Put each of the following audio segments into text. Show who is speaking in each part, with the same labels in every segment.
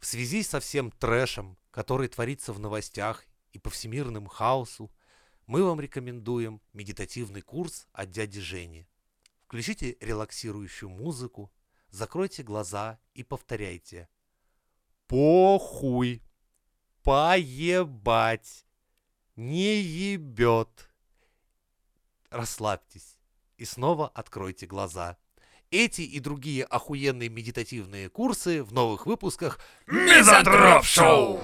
Speaker 1: связи со всем трэшем, который творится в новостях и по всемирным хаосу, мы вам рекомендуем медитативный курс от дяди Жени. Включите релаксирующую музыку, закройте глаза и повторяйте. Похуй, поебать, не ебет. Расслабьтесь и снова откройте глаза. Эти и другие охуенные медитативные курсы в новых выпусках
Speaker 2: Мизантроп Шоу!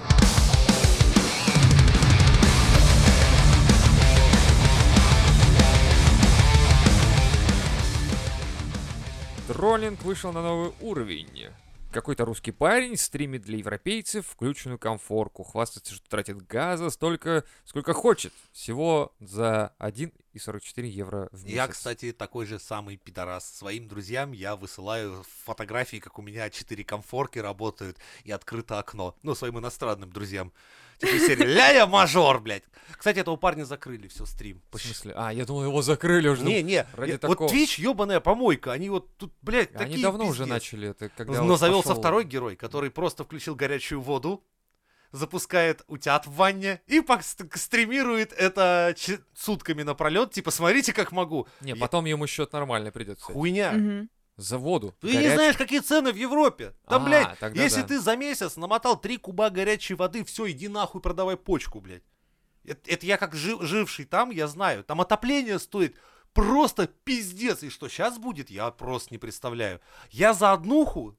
Speaker 2: Троллинг вышел на новый уровень. Какой-то русский парень стримит для европейцев включенную комфорку, хвастается, что тратит газа столько, сколько хочет, всего за 1,44 евро в месяц.
Speaker 1: Я, кстати, такой же самый пидорас. Своим друзьям я высылаю фотографии, как у меня четыре комфорки работают и открыто окно. Ну, своим иностранным друзьям. Типа из серии «Ля я мажор, блядь!» Кстати, этого парня закрыли, все, стрим.
Speaker 2: В смысле? А, я думал, его закрыли уже.
Speaker 1: Не,
Speaker 2: Ну,
Speaker 1: не,
Speaker 2: ради
Speaker 1: я-
Speaker 2: такого.
Speaker 1: вот Twitch ебаная помойка, они вот тут, блядь,
Speaker 2: Они
Speaker 1: такие
Speaker 2: давно уже
Speaker 1: пиздец.
Speaker 2: начали это, когда
Speaker 1: Но
Speaker 2: вот
Speaker 1: завелся
Speaker 2: пошёл-
Speaker 1: второй герой, который просто включил горячую воду, запускает утят в ванне и пок- ст- стримирует это ч- сутками напролет. Типа, смотрите, как могу.
Speaker 2: Не,
Speaker 1: Я-
Speaker 2: потом ему счет нормально придется.
Speaker 1: Хуйня.
Speaker 3: Мгм.
Speaker 2: За воду.
Speaker 1: Ты не знаешь, какие цены в Европе. Там,
Speaker 2: А,
Speaker 1: блядь,
Speaker 2: тогда
Speaker 1: если
Speaker 2: да.
Speaker 1: ты за месяц намотал три куба горячей воды, все, иди нахуй, продавай почку, блядь. Это, это я как жи- живший там, я знаю. Там отопление стоит просто пиздец. И что сейчас будет, я просто не представляю. Я за однуху,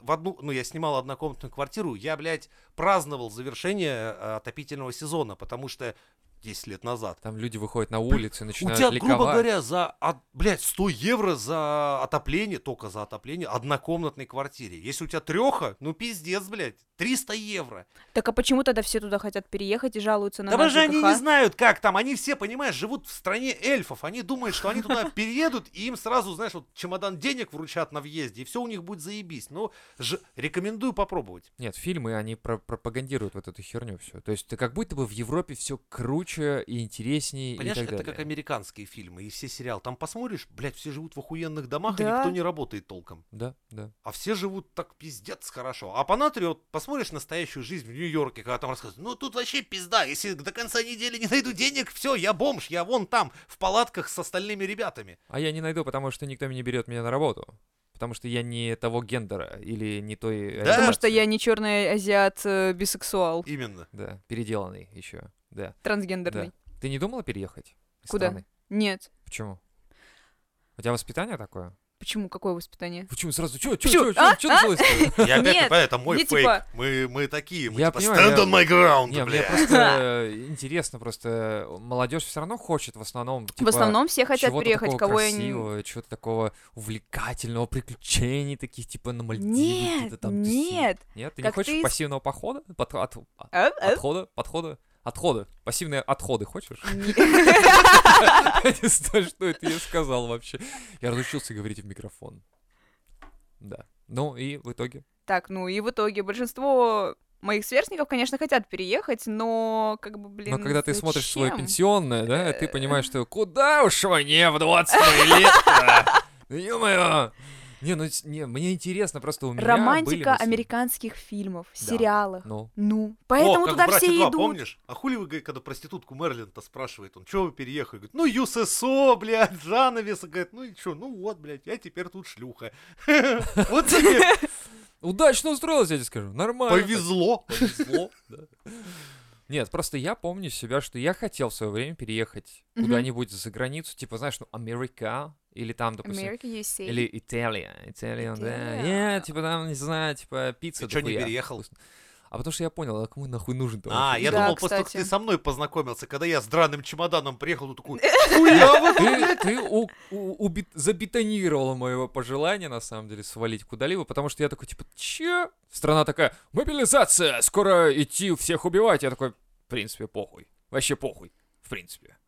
Speaker 1: в одну, ну, я снимал однокомнатную квартиру, я, блядь, праздновал завершение э, отопительного сезона, потому что 10 лет назад
Speaker 2: Там люди выходят на улицы,
Speaker 1: у
Speaker 2: начинают
Speaker 1: тебя,
Speaker 2: ликовать.
Speaker 1: грубо говоря, за, от, блядь, 100 евро за отопление, только за отопление, однокомнатной квартире. Если у тебя треха, ну пиздец, блядь, 300 евро.
Speaker 3: Так а почему тогда все туда хотят переехать и жалуются на
Speaker 1: да
Speaker 3: наш
Speaker 1: даже они
Speaker 3: ЖКХ?
Speaker 1: не знают, как там, они все, понимаешь, живут в стране эльфов, они думают, что они туда переедут, и им сразу, знаешь, вот чемодан денег вручат на въезде, и все у них будет заебись. Ну, ж- рекомендую попробовать.
Speaker 2: Нет, фильмы, они про- пропагандируют вот эту херню все. То есть ты как будто бы в Европе все круче и интереснее
Speaker 1: Понимаешь,
Speaker 2: и так
Speaker 1: это
Speaker 2: далее.
Speaker 1: как американские фильмы и все сериалы. Там посмотришь, блядь, все живут в охуенных домах, и
Speaker 3: Да.
Speaker 1: никто не работает толком.
Speaker 2: Да, да.
Speaker 1: А все живут так пиздец хорошо. А по натуре, вот посмотришь настоящую жизнь в Нью-Йорке, когда там рассказывают, ну тут вообще пизда, если до конца недели не найду денег, все, я бомж, я вон там, в палатках с остальными ребятами.
Speaker 2: А я не найду, потому что никто не берет меня на работу. Потому что я не того гендера или не той...
Speaker 1: Да.
Speaker 3: Потому
Speaker 2: ориентации.
Speaker 3: что я не черный азиат э, бисексуал,
Speaker 1: Именно.
Speaker 2: Да, переделанный еще. Да.
Speaker 3: трансгендерный.
Speaker 2: да. Ты не думала переехать? из
Speaker 3: Куда?
Speaker 2: страны?
Speaker 3: Нет.
Speaker 2: Почему? У тебя воспитание такое?
Speaker 3: Почему? Какое воспитание?
Speaker 2: Почему сразу? Чё, чё,
Speaker 3: Всё,
Speaker 2: чё,
Speaker 3: а?
Speaker 2: чё, чё началось-то?
Speaker 1: Я опять
Speaker 3: Нет,
Speaker 1: не понимаю, это мой
Speaker 3: не
Speaker 1: фейк.
Speaker 3: типа-
Speaker 1: Мы, мы такие, мы
Speaker 2: Я
Speaker 1: типа
Speaker 2: понимаю,
Speaker 1: stand
Speaker 2: я-
Speaker 1: on my ground,
Speaker 2: Не, мне
Speaker 1: бля.
Speaker 2: просто интересно, просто молодежь все равно хочет в основном, типа,
Speaker 3: В основном все хотят
Speaker 2: чего-то
Speaker 3: переехать,
Speaker 2: такого
Speaker 3: кого я не...
Speaker 2: красивого, чего-то такого увлекательного, приключений таких, типа, на Мальдивах где-то
Speaker 3: Нет,
Speaker 2: там тусить.
Speaker 3: нет.
Speaker 2: Нет, ты не
Speaker 3: Как
Speaker 2: хочешь
Speaker 3: ты из-
Speaker 2: пассивного похода? Под- от- а-
Speaker 3: А, а,
Speaker 2: Отхода? Подхода? Отходы. Пассивные отходы хочешь?
Speaker 3: не-
Speaker 2: Я не знаю, что это я сказал вообще. Я разучился говорить в микрофон. Да. Ну и в итоге.
Speaker 3: Так, ну и в итоге большинство моих сверстников, конечно, хотят переехать, но как бы, блин,
Speaker 2: Но когда ты смотришь свое
Speaker 3: зачем? Э.
Speaker 2: пенсионное, да, ты понимаешь, что куда уж мне в 20 лет-то? Ну, Ё-моё! Не, ну с- не, мне интересно, просто у меня были
Speaker 3: Романтика
Speaker 2: мысли.
Speaker 3: американских фильмов, сериалов.
Speaker 2: Ну,
Speaker 3: Ну,
Speaker 1: О,
Speaker 3: поэтому
Speaker 1: как
Speaker 3: туда
Speaker 1: в «Брате
Speaker 3: все
Speaker 1: 2»,
Speaker 3: идут.
Speaker 1: помнишь? А хули вы, говорит, когда проститутку Мерлин-то спрашивает, он, чего вы переехали? Говорит, ну, ЮССО, блядь, занавес. Говорит, ну и чё, ну вот, блядь, я теперь тут шлюха. Вот тебе
Speaker 2: удачно устроилась, я тебе скажу, нормально. так.
Speaker 1: повезло.
Speaker 2: повезло. да. Нет, просто я помню себя, что я хотел в свое время переехать
Speaker 3: Мгм.
Speaker 2: куда-нибудь за границу, типа, знаешь, ну, Америка, или там, допустим,
Speaker 3: America, USA.
Speaker 2: или Италия, Италия, да,
Speaker 3: Италия.
Speaker 2: не, типа, там, не знаю, типа, пицца
Speaker 1: Ты чё не
Speaker 2: дохуя.
Speaker 1: переехал?
Speaker 2: Вкусно. А потому что я понял, а кому нахуй нужен там?
Speaker 1: А, я
Speaker 3: Да,
Speaker 1: думал, после того, как
Speaker 3: кстати.
Speaker 1: ты со мной познакомился, когда я с драным чемоданом приехал, тут такой, хуя вы тут,
Speaker 2: Ты, ты у- у- уби- забетонировала моего пожелания, на самом деле, свалить куда-либо, потому что я такой, типа, че? Страна такая, мобилизация, скоро идти всех убивать. Я такой, в принципе, похуй. Вообще похуй, в принципе.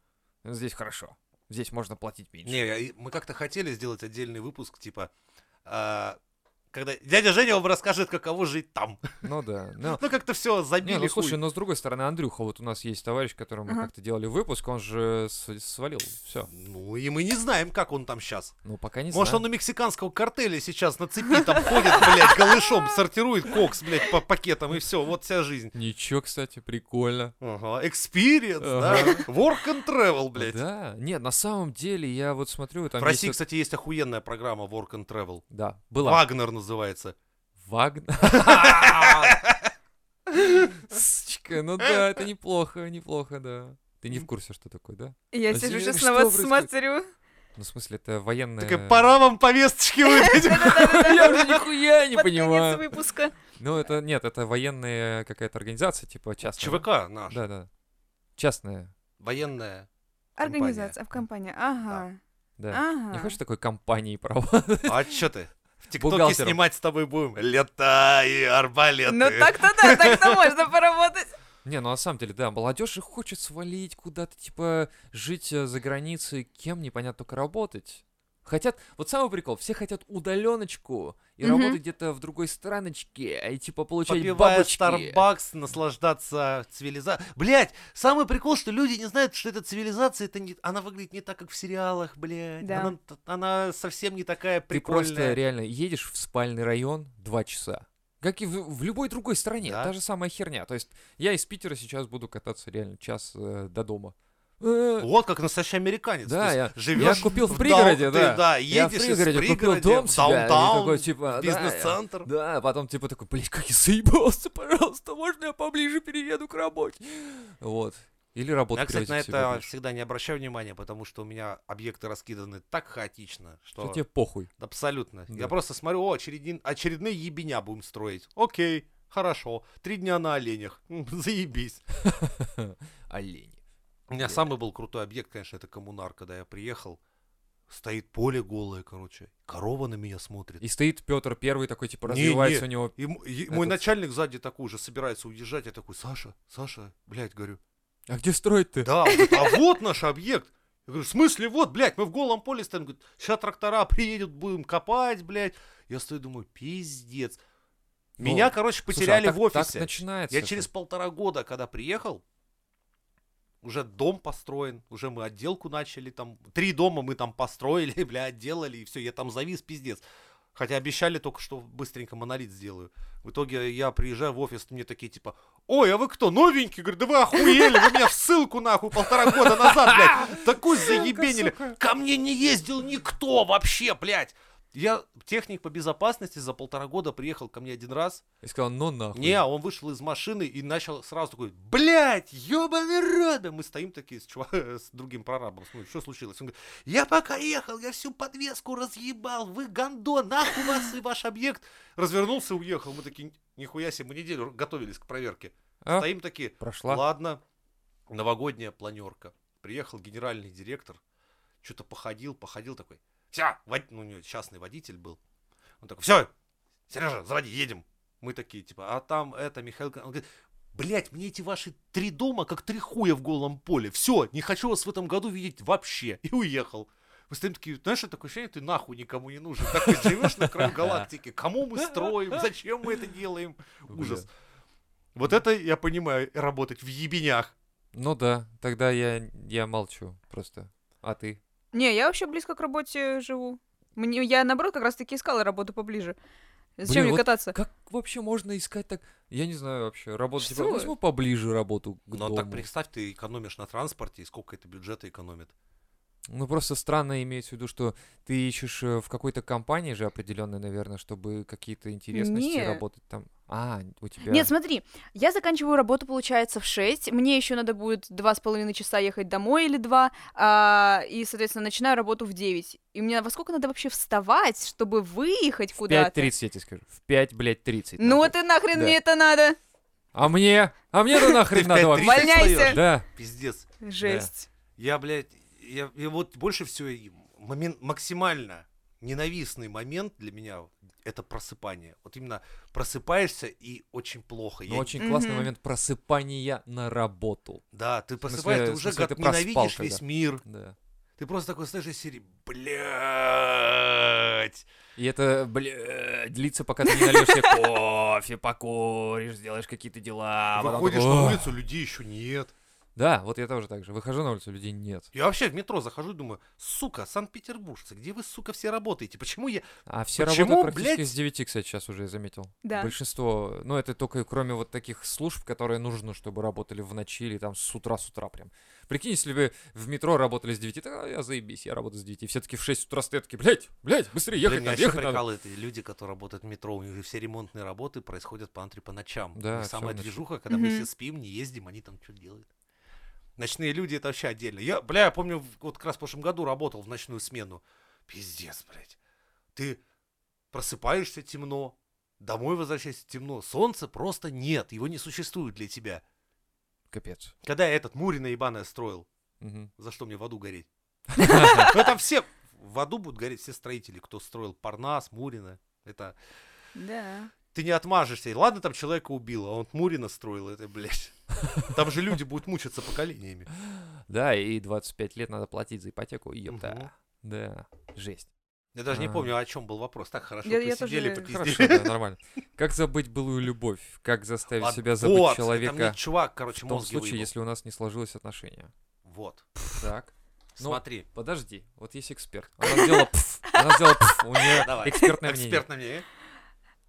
Speaker 2: Здесь хорошо. Здесь можно платить меньше.
Speaker 1: Не, я- мы как-то хотели сделать отдельный выпуск, типа, а, Когда дядя Женя вам расскажет, каково жить там.
Speaker 2: Ну да. Ну,
Speaker 1: Ну, как-то все забили.
Speaker 2: не, ну слушай,
Speaker 1: хуй.
Speaker 2: но с другой стороны, Андрюха, вот у нас есть товарищ, которому мы
Speaker 3: Ага.
Speaker 2: как-то делали выпуск, он же с- свалил. Все.
Speaker 1: Ну, и мы не знаем, как он там сейчас.
Speaker 2: Ну, пока не
Speaker 1: Может, он
Speaker 2: знаю.
Speaker 1: у мексиканского картеля сейчас на цепи там ходит, блядь, голышом, сортирует кокс, блядь, по пакетам, и все, вот вся жизнь.
Speaker 2: Ничего, кстати, прикольно.
Speaker 1: Ага, experience, да,
Speaker 2: Ага.
Speaker 1: work and travel, блядь.
Speaker 2: Да. Нет, на самом деле, я вот смотрю, там
Speaker 1: В
Speaker 2: есть
Speaker 1: России,
Speaker 2: вот-
Speaker 1: кстати, есть охуенная программа work and travel.
Speaker 2: Да, была.
Speaker 1: Вагнер называется.
Speaker 2: Вагнер. Сучка, ну да, это неплохо, неплохо, да. Ты не в курсе, что такое, да?
Speaker 3: Я
Speaker 2: Подожди,
Speaker 3: сижу сейчас
Speaker 2: что
Speaker 3: на вас
Speaker 2: происходит?
Speaker 3: смотрю.
Speaker 2: Ну, в смысле, это военная...
Speaker 1: Такая, пора вам повесточки выдать.
Speaker 2: Я уже нихуя не
Speaker 3: Под конец
Speaker 2: понимаю.
Speaker 3: выпуска.
Speaker 2: Ну, это, нет, это военная какая-то организация, типа частная.
Speaker 1: ЧВК наш,
Speaker 2: Да, да. Частная,
Speaker 1: военная. Компания.
Speaker 3: Организация, в компании. Ага.
Speaker 2: да. Не
Speaker 3: Ага.
Speaker 2: хочешь такой компании права?
Speaker 1: А че ты? В ТикТоке
Speaker 2: Бухгалтером.
Speaker 1: снимать с тобой будем. Лета и арбалеты.
Speaker 3: Ну так-то да, так-то можно поработать.
Speaker 2: Не, ну на самом деле, да, молодежь и хочет свалить куда-то, типа, жить э, за границей, кем непонятно только работать. Хотят, вот самый прикол, все хотят удаленочку и
Speaker 3: Мгм.
Speaker 2: работать где-то в другой страночке, а и типа получать
Speaker 1: Попивая
Speaker 2: бабочки.
Speaker 1: Starbucks, наслаждаться цивилизацией. Блять, самый прикол, что люди не знают, что эта цивилизация, это не... она выглядит не так, как в сериалах, блядь.
Speaker 3: Да.
Speaker 1: Она, она совсем не такая
Speaker 2: Ты просто
Speaker 1: прикольная.
Speaker 2: реально едешь в спальный район два часа. Как и в, в любой другой стране,
Speaker 1: Да.
Speaker 2: та же самая херня. То есть я из Питера сейчас буду кататься реально час э, до дома. Э,
Speaker 1: Вот как настоящий американец.
Speaker 2: Да,
Speaker 1: Ты с-
Speaker 2: я-
Speaker 1: живешь
Speaker 2: я купил в
Speaker 1: даун-
Speaker 2: пригороде,
Speaker 1: ты,
Speaker 2: да.
Speaker 1: едешь
Speaker 2: я в
Speaker 1: из
Speaker 2: пригороде купил
Speaker 1: пригорода
Speaker 2: дом
Speaker 1: в
Speaker 2: себе, и
Speaker 1: даунтаун,
Speaker 2: такой, типа,
Speaker 1: в
Speaker 2: да, я-
Speaker 1: бизнес-центр.
Speaker 2: Да, а потом типа такой, блядь, как я заебался, пожалуйста, можно я поближе перееду к работе? Вот. Или работу
Speaker 1: Я, кстати,
Speaker 2: переводить
Speaker 1: на
Speaker 2: к себе
Speaker 1: это
Speaker 2: ближе.
Speaker 1: всегда не обращаю внимания, потому что у меня объекты раскиданы так хаотично, что...
Speaker 2: Что тебе похуй?
Speaker 1: Абсолютно.
Speaker 2: Да.
Speaker 1: Я просто смотрю, о, очередин- очередные ебеня будем строить. Окей, хорошо. Три дня на оленях. М, Заебись.
Speaker 2: Олени.
Speaker 1: У меня самый был крутой объект, конечно, это коммунар, когда я приехал. Стоит поле голое, короче. Корова на меня смотрит.
Speaker 2: И стоит Петр Первый такой, типа,
Speaker 1: Не, не.
Speaker 2: развивается у него.
Speaker 1: И, м- и мой
Speaker 2: Этот-
Speaker 1: начальник сзади такой уже собирается уезжать. Я такой, Саша, Саша, блядь, говорю,
Speaker 2: А где строить ты?
Speaker 1: Да, он говорит, а вот наш объект. Я говорю, в смысле, вот, блядь, мы в голом поле стоим. Говорит, сейчас трактора приедут, будем копать, блядь. Я стою, думаю, пиздец. Меня,
Speaker 2: Вот.
Speaker 1: короче,
Speaker 2: Слушай, а
Speaker 1: потеряли
Speaker 2: так-
Speaker 1: в офисе.
Speaker 2: Так начинается.
Speaker 1: Я
Speaker 2: это.
Speaker 1: через полтора года, когда приехал, уже дом построен, уже мы отделку начали, там три дома мы там построили, бля, отделали, и все, я там завис, пиздец. Хотя обещали только, что быстренько монолит сделаю. В итоге я приезжаю в офис, мне такие типа, ой, а вы кто, новенький? Говорю, да вы охуели, вы меня в ссылку нахуй полтора года назад, блядь, такой заебенили. Ко мне не ездил никто вообще, блядь. Я техник по безопасности за полтора года приехал ко мне один раз,
Speaker 2: И сказал, ну нахуй.
Speaker 1: не, а он вышел из машины и начал сразу такой, блядь, ёбаный рот! Мы стоим такие с, чува- с другим прорабом, ну, что случилось? Он говорит, я пока ехал, я всю подвеску разъебал, вы гандон, нахуй вас и ваш объект. Развернулся и уехал. Мы такие, нихуя себе, мы неделю готовились к проверке.
Speaker 2: А?
Speaker 1: Стоим такие,
Speaker 2: Прошла.
Speaker 1: Ладно. Новогодняя планерка. Приехал генеральный директор, что-то походил, походил такой. Все, ну, у него частный водитель был. Он такой, все, Сережа, заводи, едем. Мы такие, типа, а там это, Михаил... Кон-» Он говорит, блядь, мне эти ваши три дома, как три хуя в голом поле. Все, не хочу вас в этом году видеть вообще. И уехал. Мы стоим такие, знаешь, такое ощущение, ты нахуй никому не нужен. Так ты живешь на краю галактики. Кому мы строим? Зачем мы это делаем? Ужас.
Speaker 2: Бля.
Speaker 1: Вот это я понимаю, работать в ебенях.
Speaker 2: Ну да, тогда я, я молчу просто. А ты?
Speaker 3: Не, я вообще близко к работе живу. Мне, я, наоборот, как раз-таки искала работу поближе.
Speaker 2: Блин,
Speaker 3: Зачем мне
Speaker 2: вот
Speaker 3: кататься?
Speaker 2: Как вообще можно искать так? Я не знаю вообще. Работу типа,
Speaker 3: Что?
Speaker 2: возьму поближе работу к
Speaker 1: Но
Speaker 2: дому.
Speaker 1: так представь, ты экономишь на транспорте, и сколько это бюджета экономит.
Speaker 2: Ну просто странно имеется в виду, что ты ищешь э, в какой-то компании же определенной, наверное, чтобы какие-то интересности
Speaker 3: Не.
Speaker 2: работать там. А, у тебя.
Speaker 3: Нет, смотри, я заканчиваю работу, получается, в 6, мне еще надо будет два с половиной часа ехать домой или два, а, и, соответственно, начинаю работу в 9. И мне во сколько надо вообще вставать, чтобы выехать
Speaker 2: в
Speaker 3: куда-то?
Speaker 2: 5.30, я тебе скажу. В 5, блядь, 30.
Speaker 3: Ну
Speaker 2: нахуй.
Speaker 3: вот и нахрен
Speaker 2: Да.
Speaker 3: мне это надо?
Speaker 2: А мне? А мне-то
Speaker 1: Ты
Speaker 2: нахрен
Speaker 1: в
Speaker 2: надо
Speaker 1: 5:30
Speaker 2: вообще?
Speaker 3: Увольняйся.
Speaker 1: встаёшь?
Speaker 2: Да.
Speaker 1: Пиздец.
Speaker 3: Жесть.
Speaker 1: Я, блядь, я, я вот больше всего и момент максимально ненавистный момент для меня это просыпание. Вот именно просыпаешься и очень плохо.
Speaker 2: Но
Speaker 1: Я-
Speaker 2: Ну, очень классный
Speaker 3: Мгм.
Speaker 2: момент просыпания на работу.
Speaker 1: Да, ты
Speaker 2: смысле-
Speaker 1: просыпаешься, ты
Speaker 2: в
Speaker 1: уже
Speaker 2: смысле,
Speaker 1: гад-
Speaker 2: ты проспал
Speaker 1: ненавидишь
Speaker 2: тогда.
Speaker 1: весь мир.
Speaker 2: Да.
Speaker 1: Ты просто такой стоишь из серии, блядь.
Speaker 2: И это, бля, длится, пока ты не нальешь себе кофе, покуришь, сделаешь какие-то дела. а потом
Speaker 1: Выходишь
Speaker 2: такой,
Speaker 1: на
Speaker 2: «Ох».
Speaker 1: улицу, людей еще нет.
Speaker 2: Да, вот я тоже так же. Выхожу на улицу, людей нет.
Speaker 1: Я вообще в метро захожу и думаю, сука, санкт-петербуржцы, где вы, сука, все работаете? Почему я...
Speaker 2: А все
Speaker 1: Почему,
Speaker 2: работают практически
Speaker 1: блядь?
Speaker 2: с 9, кстати, сейчас уже я заметил.
Speaker 3: Да.
Speaker 2: Большинство, ну это только кроме вот таких служб, которые нужно, чтобы работали в ночи или там с утра, с утра прям. Прикинь, если бы в метро работали с 9, так «А, я заебись, я работаю с 9. Все-таки в 6 утра стоят такие, блядь, блядь, быстрее ехать
Speaker 1: Блин, меня
Speaker 2: надо,
Speaker 1: вообще
Speaker 2: ехать надо».
Speaker 1: прикалывает эти люди, которые работают в метро, у них же все ремонтные работы происходят по по ночам.
Speaker 2: Да,
Speaker 1: И
Speaker 2: всё
Speaker 1: самая
Speaker 2: в ночь.
Speaker 1: движуха, когда мы
Speaker 3: Мгм.
Speaker 1: все спим, не ездим, они там что-то делают. Ночные люди это вообще отдельно. Я, бля, я помню, в- вот как раз в прошлом году работал в ночную смену. Пиздец, блядь. Ты просыпаешься темно, домой возвращаешься темно, солнца просто нет, его не существует для тебя.
Speaker 2: Капец.
Speaker 1: Когда я этот Мурина ебаная строил,
Speaker 2: Мгм.
Speaker 1: за что мне в аду гореть? Ну там все, в аду будут гореть все строители, кто строил Парнас, Мурина. Это
Speaker 3: Да.
Speaker 1: ты не отмажешься. И ладно, там человека убил, а он Мурина строил, это, блядь. Там же люди будут мучиться поколениями.
Speaker 2: Да, и 25 лет надо платить за ипотеку, ёпта.
Speaker 1: Мгм.
Speaker 2: Да, жесть.
Speaker 1: Я даже не
Speaker 2: А.
Speaker 1: помню, о чем был вопрос. Так хорошо
Speaker 3: Я- я
Speaker 1: посидели,
Speaker 3: тоже-
Speaker 2: Хорошо,
Speaker 1: попиздели.
Speaker 2: да, нормально. Как забыть былую любовь? Как заставить
Speaker 1: Ладно,
Speaker 2: себя забыть
Speaker 1: вот, Там мне
Speaker 2: человека
Speaker 1: чувак, короче,
Speaker 2: в том
Speaker 1: мозги
Speaker 2: случае,
Speaker 1: выебал.
Speaker 2: если у нас не сложилось отношения?
Speaker 1: Вот.
Speaker 2: Так. Ну,
Speaker 1: Смотри.
Speaker 2: Подожди, вот есть эксперт. Она сделала пф, она сделала пф, у нее
Speaker 1: Давай.
Speaker 2: экспертное мнение.
Speaker 1: Эксперт на мне.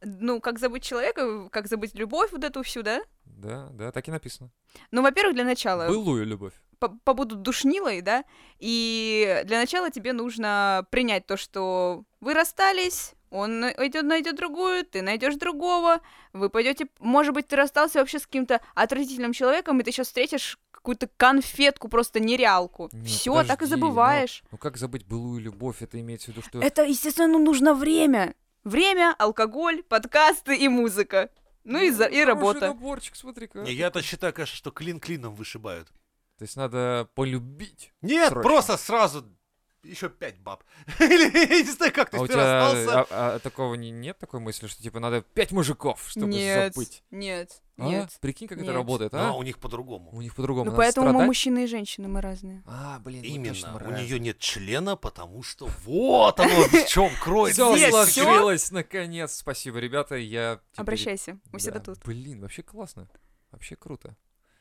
Speaker 3: Ну, как забыть человека, как забыть любовь вот эту всю, да?
Speaker 2: Да, да, так и написано.
Speaker 3: Ну, во-первых, для начала...
Speaker 2: Былую любовь.
Speaker 3: по- побуду душнилой, да, и для начала тебе нужно принять то, что вы расстались, он идет, найдет другую, ты найдешь другого, вы пойдете, может быть, ты расстался вообще с каким-то отвратительным человеком, и ты сейчас встретишь какую-то конфетку, просто нереалку.
Speaker 2: Не,
Speaker 3: Все, так и
Speaker 2: подожди,
Speaker 3: забываешь.
Speaker 2: Ну как забыть былую любовь? Это имеется в виду, что...
Speaker 3: Это, естественно, ну, нужно время. Время, алкоголь, подкасты и музыка. Ну и, за- и
Speaker 2: хороший
Speaker 3: работа.
Speaker 2: наборчик, смотри-ка.
Speaker 1: Не, Я-то считаю, конечно, что клин клином вышибают.
Speaker 2: То есть надо полюбить.
Speaker 1: Нет,
Speaker 2: Срочно.
Speaker 1: просто сразу еще пять баб. Или я не знаю, как, то
Speaker 2: а у
Speaker 1: есть ты
Speaker 2: тебя
Speaker 1: расстался.
Speaker 2: а- а такого не, нет такой мысли, что типа надо пять мужиков, чтобы
Speaker 3: нет,
Speaker 2: забыть?
Speaker 3: нет,
Speaker 2: А?
Speaker 3: нет.
Speaker 2: Прикинь, как это
Speaker 3: Нет.
Speaker 2: работает, а?
Speaker 1: Но Ну, у них по-другому.
Speaker 2: У них по-другому.
Speaker 3: Ну,
Speaker 2: надо
Speaker 3: поэтому мы
Speaker 2: страдать.
Speaker 3: мужчины и женщины, мы разные.
Speaker 2: А, блин, вот
Speaker 1: Именно.
Speaker 2: точно,
Speaker 1: У
Speaker 2: мразь.
Speaker 1: нее нет члена, потому что вот оно в чем кроется.
Speaker 2: Всё
Speaker 3: Здесь всё.
Speaker 2: сложилось, наконец. Спасибо, ребята. Я теперь-
Speaker 3: Обращайся, мы всегда
Speaker 2: Да.
Speaker 3: тут.
Speaker 2: Блин, вообще классно. Вообще круто.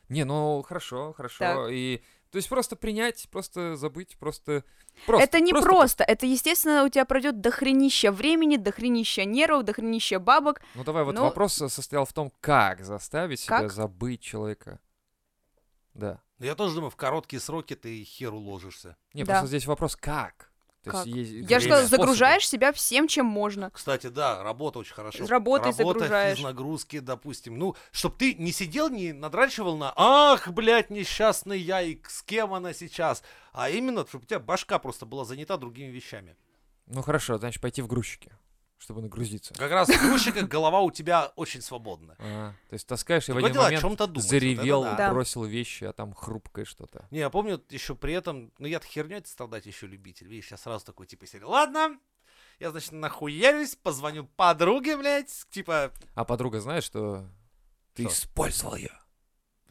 Speaker 2: Не, ну хорошо, хорошо.
Speaker 3: Так.
Speaker 2: И. То есть просто принять, просто забыть, просто. просто
Speaker 3: это не просто, это, естественно, у тебя пройдет дохренища времени, дохренища нервов, дохренища бабок.
Speaker 2: Ну давай, вот
Speaker 3: Ну-
Speaker 2: вопрос со- состоял в том, как заставить себя
Speaker 3: Как?
Speaker 2: забыть человека. Да.
Speaker 1: Я тоже думаю, в короткие сроки ты хер уложишься.
Speaker 2: Не,
Speaker 3: Да.
Speaker 2: просто здесь вопрос как. То
Speaker 3: Как?
Speaker 2: есть есть
Speaker 3: Я же сказала,
Speaker 2: способы.
Speaker 3: загружаешь себя всем, чем можно.
Speaker 1: Кстати, да, работа очень хорошо.
Speaker 3: Работай,
Speaker 1: Работа,
Speaker 3: загружаешь.
Speaker 1: из нагрузки, допустим. Ну, чтоб ты не сидел, не надрачивал на «Ах, блядь, несчастный я, и с кем она сейчас?» А именно, чтобы у тебя башка просто была занята другими вещами.
Speaker 2: Ну хорошо, значит пойти в грузчики, чтобы нагрузиться.
Speaker 1: Как раз в грузчиках голова у тебя очень свободна.
Speaker 2: А, то есть таскаешь и в
Speaker 1: Другое
Speaker 2: один
Speaker 1: дело, о
Speaker 2: момент
Speaker 1: чем-то думать. Вот это
Speaker 2: заревел,
Speaker 1: да.
Speaker 3: Да.
Speaker 2: бросил вещи, а там хрупкое что-то.
Speaker 1: Не, я помню еще при этом, ну я-то херней страдать еще любитель, видишь, я сразу такой, типа, серии, ладно, я, значит, нахуярюсь, позвоню подруге, блядь, типа,
Speaker 2: А подруга знает, что ты
Speaker 1: Что?
Speaker 2: использовал ее.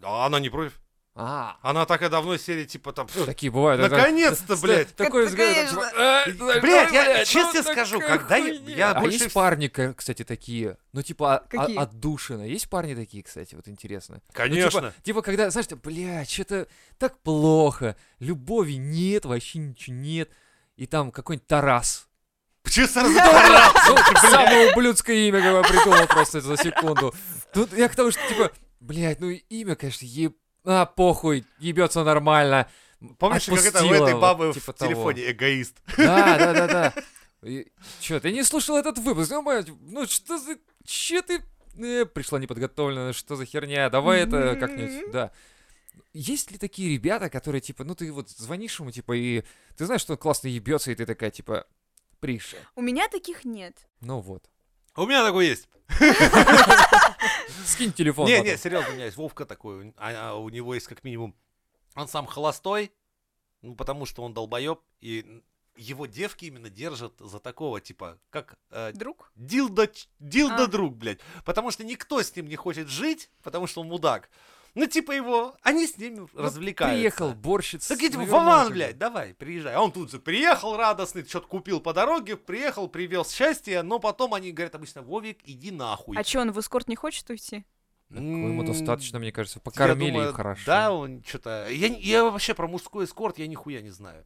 Speaker 1: а она не против,
Speaker 2: А,
Speaker 1: она так и давно из серии, типа, там, «Пф,
Speaker 2: Ну, такие бывают. это-
Speaker 1: наконец-то,
Speaker 2: Ст-
Speaker 1: блядь.
Speaker 2: Такой
Speaker 3: Это,
Speaker 2: взгляд.
Speaker 3: конечно.
Speaker 2: там, типа, «Э,
Speaker 1: Блядь, я
Speaker 2: блядь,
Speaker 1: честно
Speaker 2: ну
Speaker 1: тебе скажу,
Speaker 2: такая
Speaker 1: когда я-
Speaker 2: хуйня».
Speaker 1: я
Speaker 2: А
Speaker 1: больше
Speaker 2: есть
Speaker 1: вс-
Speaker 2: парни, ка- кстати, такие, ну типа а- а-
Speaker 3: Какие?
Speaker 2: отдушина. Есть парни такие, кстати, вот интересно. Ну, типа-
Speaker 1: Конечно.
Speaker 2: Типа, когда, знаешь, ты, блядь, что-то так плохо, любови нет, вообще ничего нет. И там какой-нибудь Тарас.
Speaker 1: Почему сразу Тарас?
Speaker 2: Ну, Самое ублюдское имя, как бы придумал просто за секунду. Тут я к тому, что типа, блядь, ну и имя, конечно, еб... А, похуй, ебется нормально.
Speaker 1: Помнишь, как это у
Speaker 2: Отпустила,
Speaker 1: этой
Speaker 2: вот,
Speaker 1: бабы
Speaker 2: типа
Speaker 1: в
Speaker 2: того.
Speaker 1: телефоне эгоист?
Speaker 2: Да, да, да, да. И- Чё, ты не слушал этот выпуск? Ну, блядь, ну что за... Чё ты... Э, пришла неподготовленная, что за херня? Давай это как-нибудь, да. Есть ли такие ребята, которые, типа, ну ты вот звонишь ему, типа, и ты знаешь, что он классно ебется, и ты такая, типа, Приша.
Speaker 3: У меня таких нет.
Speaker 2: Ну вот.
Speaker 1: У меня такой есть.
Speaker 2: Скинь телефон.
Speaker 1: Не,
Speaker 2: потом.
Speaker 1: не, серьезно, у меня есть Вовка такой, а а у него есть как минимум, он сам холостой, ну, потому что он долбоеб, и его девки именно держат за такого, типа, как э,
Speaker 3: Друг?
Speaker 1: Дилда, ч- дилда
Speaker 3: А.
Speaker 1: друг, блядь. Потому что никто с ним не хочет жить, потому что он мудак. Ну, типа его, они с ним
Speaker 2: Ну,
Speaker 1: развлекаются.
Speaker 2: Приехал борщица.
Speaker 1: Так я типа,
Speaker 2: наверное,
Speaker 1: Вован,
Speaker 2: уже-
Speaker 1: блядь, давай, приезжай. А он тут же приехал радостный, что-то купил по дороге, приехал, привез счастье, но потом они говорят обычно, Вовик, иди нахуй. М-м.
Speaker 3: А че, он в эскорт не хочет уйти?
Speaker 2: Так Ему
Speaker 1: М,
Speaker 2: Ну, достаточно, мне кажется,
Speaker 1: я
Speaker 2: покормили
Speaker 1: думаю,
Speaker 2: и хорошо.
Speaker 1: Да, он что-то... Я, не- я вообще про мужской эскорт я нихуя не знаю.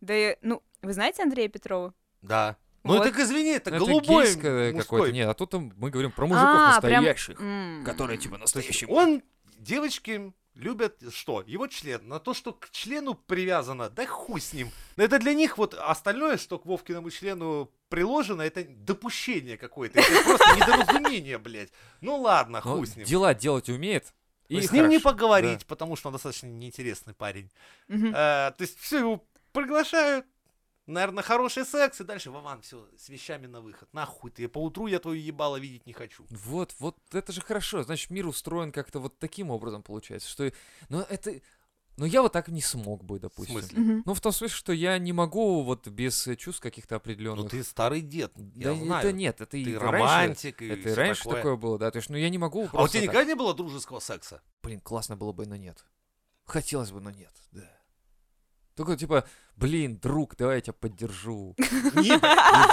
Speaker 3: Да, и- ну, вы знаете Андрея Петрова?
Speaker 1: Да. Ну,
Speaker 3: Вот.
Speaker 1: так извини, это,
Speaker 2: Это
Speaker 1: голубой
Speaker 2: гейское какое-то.
Speaker 1: мужской.
Speaker 2: Нет, а тут там мы говорим про мужиков
Speaker 3: А, прям-
Speaker 2: настоящих,
Speaker 3: М.
Speaker 2: которые типа
Speaker 1: То есть
Speaker 2: настоящие.
Speaker 1: он, девочки любят что? Его член. На то, что к члену привязано, да хуй с ним. Но это для них вот остальное, что к Вовкиному члену приложено, это допущение какое-то. Это просто недоразумение, блядь. Ну ладно,
Speaker 2: Но
Speaker 1: хуй с ним.
Speaker 2: Дела делать умеет.
Speaker 1: Но
Speaker 2: И
Speaker 1: с ним не
Speaker 2: хорошо.
Speaker 1: поговорить, потому что он достаточно неинтересный парень.
Speaker 3: Мгм.
Speaker 1: А, то есть все, его приглашают. Наверное, хороший секс, и дальше, Вован, все, с вещами на выход. Нахуй ты, поутру я твою ебало видеть не хочу.
Speaker 2: Вот, вот это же хорошо. Значит, мир устроен как-то вот таким образом получается, что... и- Но это... Но я вот так не смог бы,
Speaker 1: В
Speaker 2: допустим.
Speaker 1: смысле?
Speaker 3: Мгм.
Speaker 2: Ну, в том смысле, что я не могу вот без э, чувств каких-то определенных.
Speaker 1: Ну ты старый дед,
Speaker 2: Да
Speaker 1: я знаю.
Speaker 2: это нет, это и
Speaker 1: Ты
Speaker 2: раньше...
Speaker 1: романтик и
Speaker 2: Это и
Speaker 1: всё
Speaker 2: раньше
Speaker 1: такое.
Speaker 2: такое. было, да. То есть, ну я не могу
Speaker 1: А у
Speaker 2: просто
Speaker 1: тебя
Speaker 2: так.
Speaker 1: никогда не было дружеского секса?
Speaker 2: Блин, классно было бы, но нет. Хотелось бы, но нет, да. Только типа, блин, друг, давай я тебя поддержу.
Speaker 1: Нет,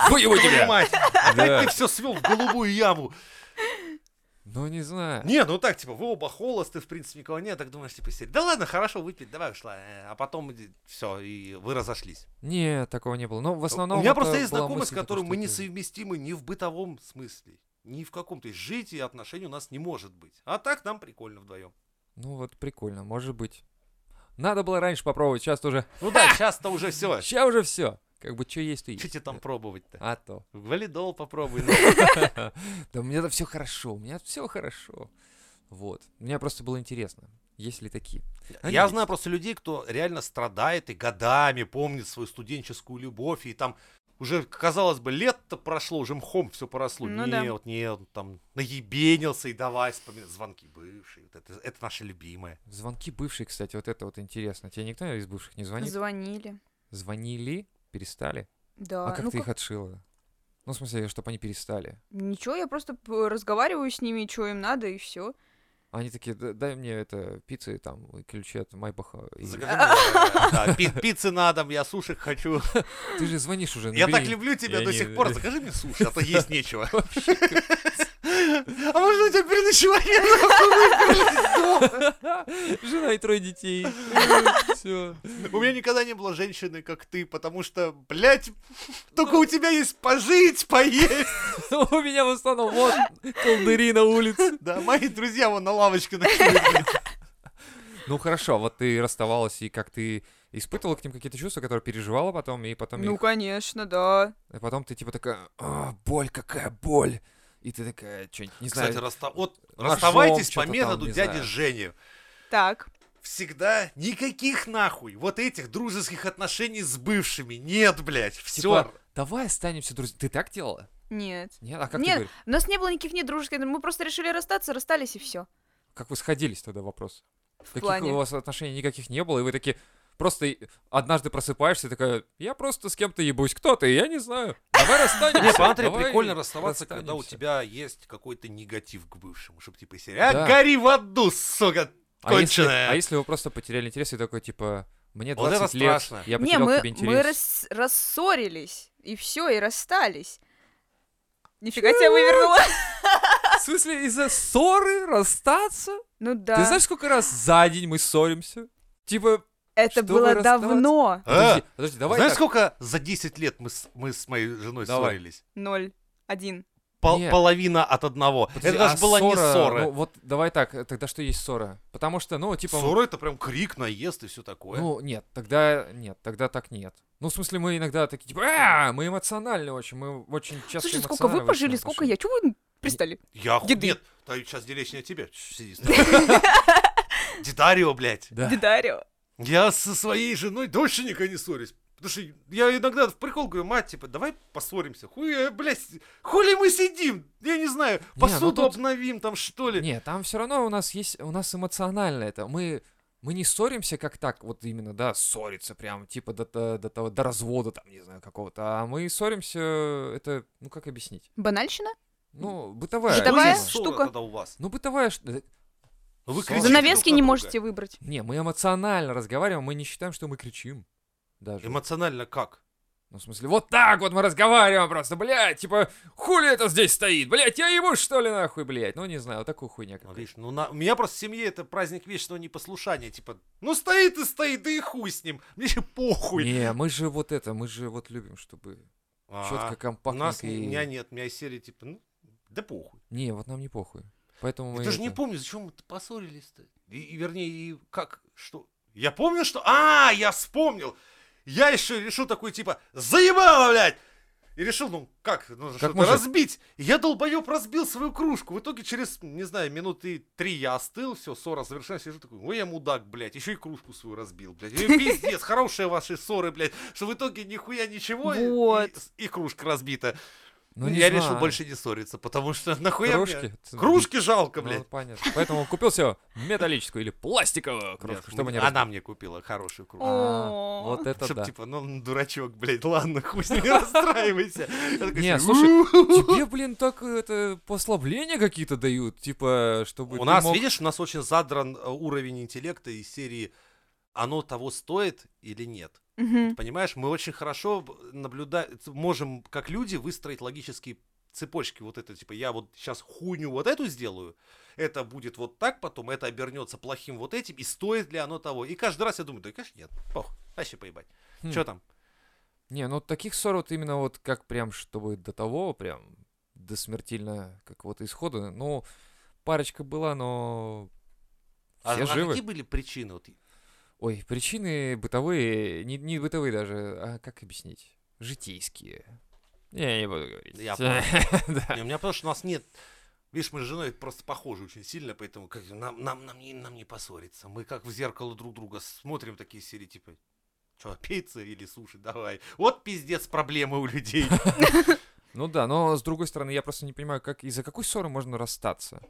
Speaker 2: Выебу тебя!
Speaker 1: понимать.
Speaker 2: Да.
Speaker 1: Опять ты все свел в голубую яму.
Speaker 2: Ну, не знаю.
Speaker 1: Не, ну так, типа, вы оба холосты, в принципе, никого нет, так думаешь, типа, сидеть. Да ладно, хорошо, выпить, давай ушла. Э, А потом все, и вы разошлись.
Speaker 2: Нет, такого не было. Но в основном...
Speaker 1: А У меня
Speaker 2: это
Speaker 1: просто есть
Speaker 2: была
Speaker 1: знакомый, с
Speaker 2: мысль такая,
Speaker 1: которым
Speaker 2: что
Speaker 1: мы
Speaker 2: это-
Speaker 1: несовместимы ни в бытовом смысле, ни в каком. То есть жить и отношений у нас не может быть. А так нам прикольно вдвоем.
Speaker 2: Ну вот, прикольно, может быть. Надо было раньше попробовать, сейчас уже...
Speaker 1: Ну да, сейчас-то уже все.
Speaker 2: Сейчас уже все. Как бы что есть, то
Speaker 1: Че
Speaker 2: есть.
Speaker 1: тебе там пробовать-то?
Speaker 2: А то.
Speaker 1: Валидол попробуй. ну.
Speaker 2: Да у меня-то все хорошо, у меня все хорошо. Вот. Мне просто было интересно, есть ли такие. Они
Speaker 1: Я
Speaker 2: есть.
Speaker 1: знаю просто людей, кто реально страдает и годами помнит свою студенческую любовь, и там уже, казалось бы, лет-то прошло, уже мхом все поросло.
Speaker 3: Ну да.
Speaker 1: нет, нет, там наебенился и давай вспоминать. Звонки бывшие, вот это, это наше любимое.
Speaker 2: Звонки бывшие, кстати, вот это вот интересно. Тебе никто из бывших не звонит?
Speaker 3: Звонили.
Speaker 2: Звонили, перестали?
Speaker 3: Да.
Speaker 2: А как
Speaker 3: ну
Speaker 2: ты
Speaker 3: как-
Speaker 2: их отшила? Ну, в смысле, чтобы они перестали.
Speaker 3: Ничего, я просто п- разговариваю с ними, что им надо, и все.
Speaker 2: Они такие, «Да- дай мне это пиццы, там, и ключи от Майбаха. и-
Speaker 1: Закажи мне, да, пи- пиццы на дом, я сушек хочу.
Speaker 2: Ты же звонишь уже, ну
Speaker 1: Я так
Speaker 2: набери.
Speaker 1: люблю тебя
Speaker 2: Я
Speaker 1: до
Speaker 2: не-
Speaker 1: сих пор, закажи мне суши, а то есть нечего. А можно у тебя переночевать? Я нахуй выперла из дома.
Speaker 2: Жена и трое детей. Все.
Speaker 1: У меня никогда не было женщины, как ты, потому что, блядь, только
Speaker 2: Ну.
Speaker 1: у тебя есть пожить, поесть.
Speaker 2: У меня в основном вот колдыри на улице.
Speaker 1: Да, мои друзья вон на лавочке ночуют.
Speaker 2: Ну хорошо, вот ты расставалась, и как ты испытывала к ним какие-то чувства, которые переживала потом, и потом
Speaker 3: Ну,
Speaker 2: их-
Speaker 3: конечно, да.
Speaker 2: и потом ты типа такая, «А, боль, какая боль. И ты такая, что-нибудь, не
Speaker 1: Кстати,
Speaker 2: знаю,
Speaker 1: раста- вот
Speaker 2: ножом
Speaker 1: расставайтесь по
Speaker 2: чё-то там,
Speaker 1: методу
Speaker 2: не
Speaker 1: дяди
Speaker 2: знаю.
Speaker 1: Жени.
Speaker 3: Так.
Speaker 1: Всегда никаких нахуй вот этих дружеских отношений с бывшими. Нет, блядь, все.
Speaker 2: типа, давай останемся друзьями. Ты так делала?
Speaker 3: Нет.
Speaker 2: Нет? А как ты
Speaker 3: Нет.
Speaker 2: говоришь?
Speaker 3: У нас не было никаких недружеских. Мы просто решили расстаться, расстались и все.
Speaker 2: Как вы сходились тогда вопрос?
Speaker 3: В
Speaker 2: Каких
Speaker 3: плане.
Speaker 2: у вас отношений никаких не было, и вы такие просто и- однажды просыпаешься и такая, я просто с кем-то ебусь, кто ты, я не знаю. Давай расстанемся.
Speaker 1: Не, по Андрею
Speaker 2: давай
Speaker 1: прикольно расставаться, когда у
Speaker 2: расстанемся».
Speaker 1: тебя есть какой-то негатив к бывшему, чтобы типа серия. А
Speaker 2: Да.
Speaker 1: гори в аду, сука,
Speaker 2: А если,
Speaker 1: конченая.
Speaker 2: а если вы просто потеряли интерес и такой, типа, мне
Speaker 1: Вот это
Speaker 2: 20 лет,
Speaker 1: страшно.
Speaker 2: я
Speaker 3: не,
Speaker 2: потерял
Speaker 3: мы,
Speaker 2: к тебе интерес.
Speaker 3: мы рас- рассорились. И все, и расстались. Нифига тебя вывернула.
Speaker 2: В смысле, из-за ссоры расстаться?
Speaker 3: Ну да.
Speaker 2: Ты знаешь, сколько раз за день мы ссоримся? Типа,
Speaker 3: Это
Speaker 2: что вы
Speaker 3: было
Speaker 2: расставаться?
Speaker 3: давно.
Speaker 1: А,
Speaker 2: подожди, подожди, давай
Speaker 1: Знаешь,
Speaker 2: так.
Speaker 1: сколько за 10 лет мы с, мы с моей женой
Speaker 2: Давай.
Speaker 1: ссорились?
Speaker 3: Ноль. Один.
Speaker 1: Пол-
Speaker 2: Нет.
Speaker 1: половина от одного.
Speaker 2: Подожди,
Speaker 1: это даже
Speaker 2: а
Speaker 1: была не
Speaker 2: ссора,
Speaker 1: ссора.
Speaker 2: ну, вот давай так, э, тогда что есть ссора? Потому что, ну, типа,
Speaker 1: Ссора это прям крик, наезд и все такое.
Speaker 2: Ну, нет, тогда нет, тогда так нет. Ну, в смысле, мы иногда такие, типа, «А, мы эмоциональны очень, мы очень часто
Speaker 3: Слушай, сколько вы
Speaker 2: эмоционально в
Speaker 3: пожили,
Speaker 2: этом
Speaker 3: сколько
Speaker 2: отношении».
Speaker 3: я? Чего вы пристали?
Speaker 1: я ху...
Speaker 3: деды.
Speaker 1: Нет, сейчас делечнее тебе. Чш, Сиди. стань. Дидарио, блядь.
Speaker 2: Да.
Speaker 3: Дидарио.
Speaker 1: Я со своей женой дольше никогда не ссорюсь. Потому что я иногда в прикол говорю, мать, типа, давай поссоримся. Хуя, блядь, хули мы сидим? Я не знаю,
Speaker 2: ну
Speaker 1: посуду
Speaker 2: тут-
Speaker 1: обновим там, что ли.
Speaker 2: Нет, там все равно у нас есть, у нас эмоционально это. Мы, мы не ссоримся как так, вот именно, да, ссориться прям, типа, до, до, до того, до развода там, не знаю, какого-то. А мы ссоримся, это, ну, как объяснить?
Speaker 3: Банальщина?
Speaker 2: Ну, бытовая.
Speaker 1: Что за
Speaker 3: Бытовая?
Speaker 2: тема.
Speaker 1: ссора
Speaker 3: штука.
Speaker 1: тогда у вас?
Speaker 2: Ну, бытовая... ш-
Speaker 1: Но вы
Speaker 2: За
Speaker 1: кричите
Speaker 3: Занавески
Speaker 1: друг на
Speaker 3: не
Speaker 1: друга.
Speaker 3: можете выбрать.
Speaker 2: Не, мы эмоционально разговариваем, мы не считаем, что мы кричим. Даже.
Speaker 1: Эмоционально как?
Speaker 2: Ну, в смысле, вот так вот мы разговариваем просто, блядь, типа, хули это здесь стоит, блядь, я ему что ли нахуй, блядь, ну не знаю, вот такую хуйня
Speaker 1: Ну,
Speaker 2: какая-то.
Speaker 1: видишь, ну на... у меня просто в семье это праздник вечного непослушания. Типа, ну стоит и стоит, да и хуй с ним. Мне же похуй.
Speaker 2: Не, мы же вот это, мы же вот любим, чтобы
Speaker 1: А,
Speaker 2: четко,
Speaker 1: У
Speaker 2: компактно
Speaker 1: нас,
Speaker 2: и-
Speaker 1: у меня нет, у меня из серии типа, ну, да похуй.
Speaker 2: Не, вот нам не похуй. Поэтому мы
Speaker 1: Я даже не
Speaker 2: это-
Speaker 1: помню, зачем мы поссорились-то. И, и вернее, и как, что? Я помню, что... А, я вспомнил! Я еще решил такой, типа, заебало, блядь! И решил, ну, как, нужно
Speaker 2: Как
Speaker 1: что-то
Speaker 2: мужик.
Speaker 1: разбить. И я, долбоеб, разбил свою кружку. В итоге через, не знаю, минуты три я остыл, все, ссора завершена, сижу такой, ой, я мудак, блядь, еще и кружку свою разбил, блядь. И пиздец, хорошие ваши ссоры, блядь, что в итоге нихуя ничего, и-
Speaker 3: Вот.
Speaker 1: и, и кружка разбита.
Speaker 2: Ну, не
Speaker 1: я
Speaker 2: знаю.
Speaker 1: решил больше не ссориться, потому что нахуя мне-
Speaker 2: Кружки? Ты-
Speaker 1: Кружки жалко,
Speaker 2: Ну,
Speaker 1: блядь.
Speaker 2: понятно. Поэтому купил себе металлическую или пластиковую
Speaker 1: Нет,
Speaker 2: кружку, чтобы
Speaker 1: мне-
Speaker 2: не разбить.
Speaker 1: Она мне купила хорошую кружку.
Speaker 2: А, Вот
Speaker 3: О.
Speaker 2: это
Speaker 1: Чтоб,
Speaker 2: да.
Speaker 1: типа, ну, ну, дурачок, блядь, ладно, хуй с ним, не расстраивайся. Я такой
Speaker 2: Не,
Speaker 1: сижу,
Speaker 2: слушай,
Speaker 1: «У-у-у».
Speaker 2: Тебе, блин, так э, это послабления какие-то дают, типа, чтобы
Speaker 1: У
Speaker 2: ты
Speaker 1: нас,
Speaker 2: мог-
Speaker 1: видишь, у нас очень задран э, уровень интеллекта из серии «Оно того стоит или нет?»
Speaker 3: Мгм.
Speaker 1: Понимаешь, мы очень хорошо наблюдаем, можем, как люди, выстроить логические цепочки вот это, типа, я вот сейчас хуйню вот эту сделаю, это будет вот так потом, это обернется плохим вот этим, и стоит ли оно того? И каждый раз я думаю, да, конечно, нет, пох, вообще поебать.
Speaker 2: Хм.
Speaker 1: Че там?
Speaker 2: Не, ну таких ссор вот именно вот как прям, чтобы до того, прям до смертельно какого-то исхода. Ну, парочка была, но
Speaker 1: А,
Speaker 2: все
Speaker 1: а
Speaker 2: живы.
Speaker 1: какие были причины? Вот,
Speaker 2: Ой, причины бытовые, не, не бытовые даже, а как объяснить? Житейские. Я не буду говорить.
Speaker 1: Я
Speaker 2: Да.
Speaker 1: Не, у меня потому что у нас нет... Видишь, мы с женой просто похожи очень сильно, поэтому как, нам, нам, нам, не, нам не поссориться. Мы как в зеркало друг друга смотрим такие серии, типа, что, пицца или суши, давай. Вот пиздец проблемы у людей.
Speaker 2: Ну да, но с другой стороны, я просто не понимаю, как из-за какой ссоры можно расстаться.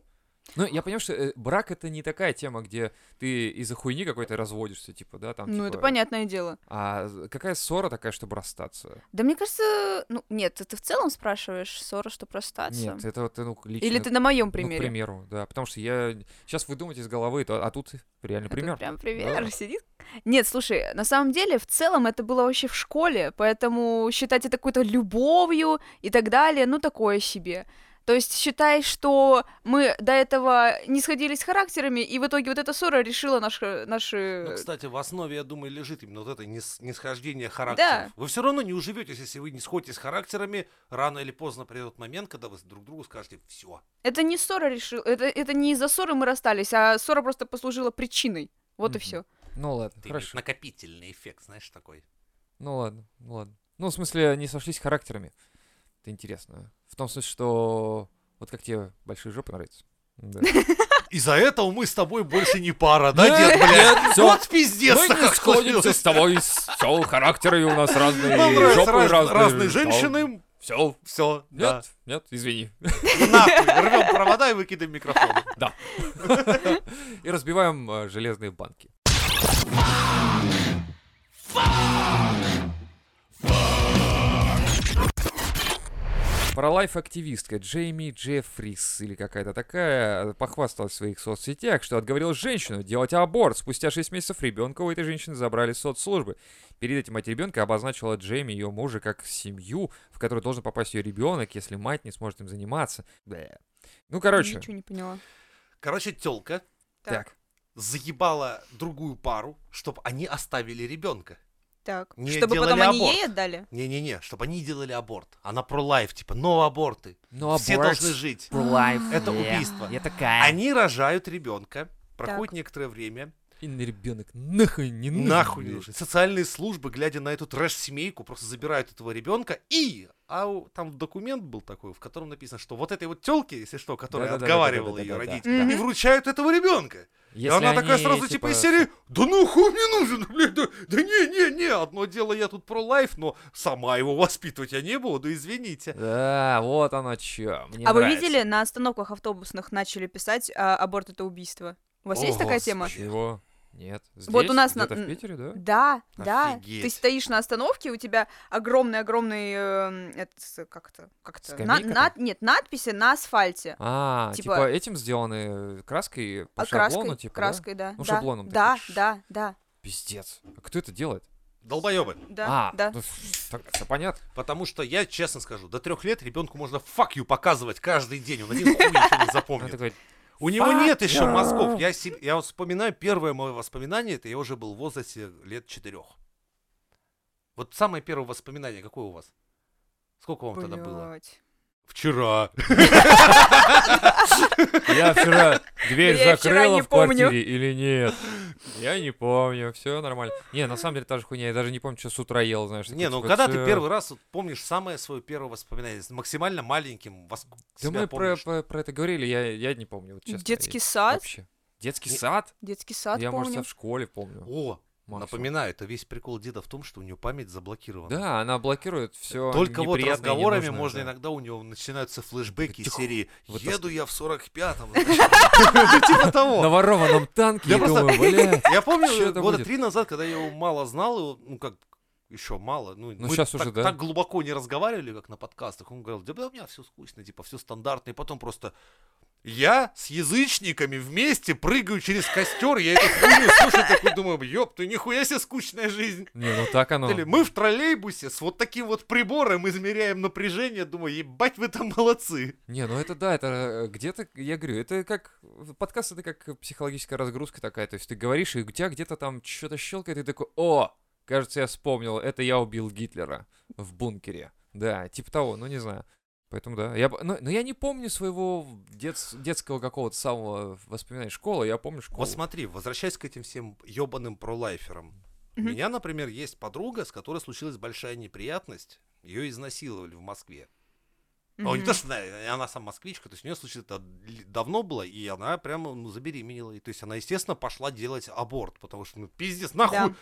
Speaker 2: Ну, я понимаю, что э, брак это не такая тема, где ты из-за хуйни какой-то разводишься, типа, да, там.
Speaker 3: Ну, это
Speaker 2: типа,
Speaker 3: понятное дело.
Speaker 2: А з- какая ссора такая, чтобы расстаться?
Speaker 3: Да мне кажется, ну, нет, ты, ты в целом спрашиваешь ссора, что простаться.
Speaker 2: Нет, это вот, э, ну, лично.
Speaker 3: Или ты на моем
Speaker 2: ну, к
Speaker 3: примере?
Speaker 2: примеру, да, потому что я сейчас вы думаете из головы, то- а тут реально
Speaker 3: А тут
Speaker 2: пример.
Speaker 3: Прям пример сидит. Нет, слушай, на самом деле, в целом это было вообще в школе, поэтому считать это какой-то любовью и так далее, ну такое себе. То есть считай, что мы до этого не сходились характерами, и в итоге вот эта ссора решила наши... наши...
Speaker 1: Ну, кстати, в основе, я думаю, лежит именно вот это нес- несхождение характеров. Вы все равно не уживетесь, если вы не сходитесь характерами. Рано или поздно придет момент, когда вы друг другу скажете «все».
Speaker 3: Это не ссора решила, это, это не из-за ссоры мы расстались, а ссора просто послужила причиной. Вот
Speaker 2: Мгм.
Speaker 3: и все.
Speaker 2: Ну ладно,
Speaker 1: Ты
Speaker 2: хорошо.
Speaker 1: накопительный эффект, знаешь, такой.
Speaker 2: Ну ладно, ну ладно. Ну, в смысле, они сошлись характерами. Это интересно. В том смысле, что вот как тебе большие жопы нравятся. Да.
Speaker 1: Из-за этого мы с тобой больше не пара, да, дед, блядь?
Speaker 2: нет, всё.
Speaker 1: Вот пиздец,
Speaker 2: Мы не
Speaker 1: как
Speaker 2: сходимся
Speaker 1: сложилось.
Speaker 2: с тобой, все, характеры у нас разные,
Speaker 1: Нам нравятся
Speaker 2: жопы
Speaker 1: раз-
Speaker 2: разные.
Speaker 1: разные женщины.
Speaker 2: Все,
Speaker 1: Все, да.
Speaker 2: нет, нет, извини.
Speaker 1: Нахуй, рвем провода и выкидаем микрофон.
Speaker 2: И разбиваем э, железные банки. Пролайф-активистка Джейми Джеффрис или какая-то такая э, похвасталась в своих соцсетях, что отговорила женщину делать аборт. Спустя 6 месяцев ребенка у этой женщины забрали соцслужбы. Перед этим мать ребенка обозначила Джейми и ее мужа как семью, в которую должен попасть ее ребенок, если мать не сможет им заниматься. Бэ. Ну, короче.
Speaker 3: Ничего не поняла.
Speaker 1: Короче, телка
Speaker 2: Так.
Speaker 1: заебала другую пару, чтобы они оставили ребенка.
Speaker 3: Так.
Speaker 1: Не
Speaker 3: Чтобы потом
Speaker 1: делали
Speaker 3: они
Speaker 1: аборт.
Speaker 3: ей отдали?
Speaker 1: Не-не-не, чтобы они делали аборт. Она про лайф, типа, но аборты.
Speaker 2: Ну,
Speaker 1: Все должны жить. А. Это убийство.
Speaker 2: Я такая.
Speaker 1: Они рожают ребенка. Проходит некоторое время.
Speaker 2: И на ребенок нахуй не нужен.
Speaker 1: Нахуй не
Speaker 2: блядь.
Speaker 1: нужен. Социальные службы, глядя на эту трэш-семейку, просто забирают этого ребенка и... А у- там документ был такой, в котором написано, что вот этой вот телке, если что, которая
Speaker 2: Да-да-да-да-да-да-да-да.
Speaker 1: отговаривала ее родить,
Speaker 3: Мгм.
Speaker 1: и вручают этого ребенка.
Speaker 2: Если
Speaker 1: и она такая
Speaker 2: они,
Speaker 1: сразу типа из серии, да ну хуй мне нужен, блядь, да, да не, не, не, одно дело я тут про лайф, но сама его воспитывать я не буду, извините.
Speaker 2: Да, вот оно чё. Мне нравится.
Speaker 3: а вы видели, на остановках автобусных начали писать а, аборт это убийство. У вас
Speaker 1: О,
Speaker 3: есть такая
Speaker 1: господи.
Speaker 3: тема?
Speaker 2: Чего? Нет. Здесь,
Speaker 3: Вот у нас на-
Speaker 2: где-то в Питере, да?
Speaker 3: Да, да. Ты
Speaker 1: Офигеть.
Speaker 3: стоишь на остановке, у тебя огромный-огромный э, это с- как это, как это, на-
Speaker 2: Скамейка
Speaker 3: над- нет, надписи на асфальте.
Speaker 2: А, типа,
Speaker 3: Типа-
Speaker 2: этим сделаны краской по
Speaker 3: А
Speaker 2: шаблону,
Speaker 3: краской,
Speaker 2: типа, да?
Speaker 3: краской, да.
Speaker 2: Ну,
Speaker 3: да,
Speaker 2: шаблоном такой,
Speaker 3: Да,
Speaker 2: шш.
Speaker 3: да, да,
Speaker 2: Пиздец. А кто это делает?
Speaker 1: Долбоебы.
Speaker 3: да,
Speaker 2: а,
Speaker 3: да.
Speaker 2: все понятно.
Speaker 1: Потому что я честно скажу, до трех лет ребенку можно факью показывать каждый день. Он один хуй ничего не
Speaker 2: Она
Speaker 1: запомнит.
Speaker 2: такая,
Speaker 1: У него
Speaker 2: Fuck
Speaker 1: нет еще
Speaker 2: you.
Speaker 1: мозгов. Я, се- я вот вспоминаю, первое мое воспоминание, это я уже был в возрасте лет четырех. Вот самое первое воспоминание, какое у вас? Сколько вам тогда было?
Speaker 3: Блядь.
Speaker 1: Вчера.
Speaker 2: я вчера дверь
Speaker 3: Да я вчера
Speaker 2: закрыла
Speaker 3: не
Speaker 2: в
Speaker 3: помню.
Speaker 2: квартире или нет? Я не помню, все нормально. Не, на самом деле та же хуйня, я даже не помню, что с утра ел, знаешь.
Speaker 1: Не,
Speaker 2: такой,
Speaker 1: ну
Speaker 2: типа,
Speaker 1: когда ты
Speaker 2: «Ц-
Speaker 1: первый раз вот помнишь самое свое первое воспоминание, с максимально маленьким вас...
Speaker 2: Да
Speaker 1: себя
Speaker 2: мы про,
Speaker 1: помнишь?
Speaker 2: про, про это говорили, я, я не помню, вот честно.
Speaker 3: Детский
Speaker 2: я-
Speaker 3: сад?
Speaker 2: Вообще. Детский
Speaker 1: Не-
Speaker 2: сад?
Speaker 3: Детский сад,
Speaker 2: я, может,
Speaker 3: помню.
Speaker 2: я в школе помню.
Speaker 1: О,
Speaker 2: максимум.
Speaker 1: напоминаю, это весь прикол деда в том, что у нее память заблокирована.
Speaker 2: Да, она блокирует все.
Speaker 1: Только вот разговорами можно иногда у него начинаются флешбеки из
Speaker 2: Тихо.
Speaker 1: серии
Speaker 2: Вот
Speaker 1: «Еду я в 45-м». значит». Типа
Speaker 2: На
Speaker 1: того.
Speaker 2: ворованном танке,
Speaker 1: Я
Speaker 2: я
Speaker 1: просто-
Speaker 2: думаю, бля.
Speaker 1: Я
Speaker 2: Чё
Speaker 1: помню,
Speaker 2: это
Speaker 1: года
Speaker 2: будет?
Speaker 1: три назад, когда я его мало знал, его, ну как, еще мало. Ну, мы
Speaker 2: щас
Speaker 1: так-
Speaker 2: уже, да.
Speaker 1: Так глубоко не разговаривали, как на подкастах. Он говорил, да бля, у меня все скучно, типа, все стандартно. И потом просто я с язычниками вместе прыгаю через костер, я эту хуйню слушаю, такой думаю, ёб ты, нихуя себе скучная жизнь.
Speaker 2: Не, ну так оно.
Speaker 1: Или мы в троллейбусе с вот таким вот прибором измеряем напряжение, думаю, ебать вы там молодцы.
Speaker 2: Не, ну это да, это э, где-то, я говорю, это как, подкаст это как психологическая разгрузка такая, то есть ты говоришь, и у тебя где-то там что-то щелкает, и ты такой, о, кажется, я вспомнил, это я убил Гитлера в бункере. Да, типа того, ну не знаю. Поэтому да, я, б- но, но я не помню своего детс- детского какого-то самого воспоминания школы, я помню школу.
Speaker 1: Вот смотри, возвращаясь к этим всем ебаным пролайферам. У
Speaker 3: Мгм.
Speaker 1: меня, например, есть подруга, с которой случилась большая неприятность. Ее изнасиловали в Москве. Ну, не
Speaker 3: Мгм.
Speaker 1: то, что она, она сама москвичка, то есть у нее случилось это л- давно было, и она прямо ну, забеременела. И, то есть она, естественно, пошла делать аборт, потому что, ну, пиздец, нахуй,
Speaker 3: Да,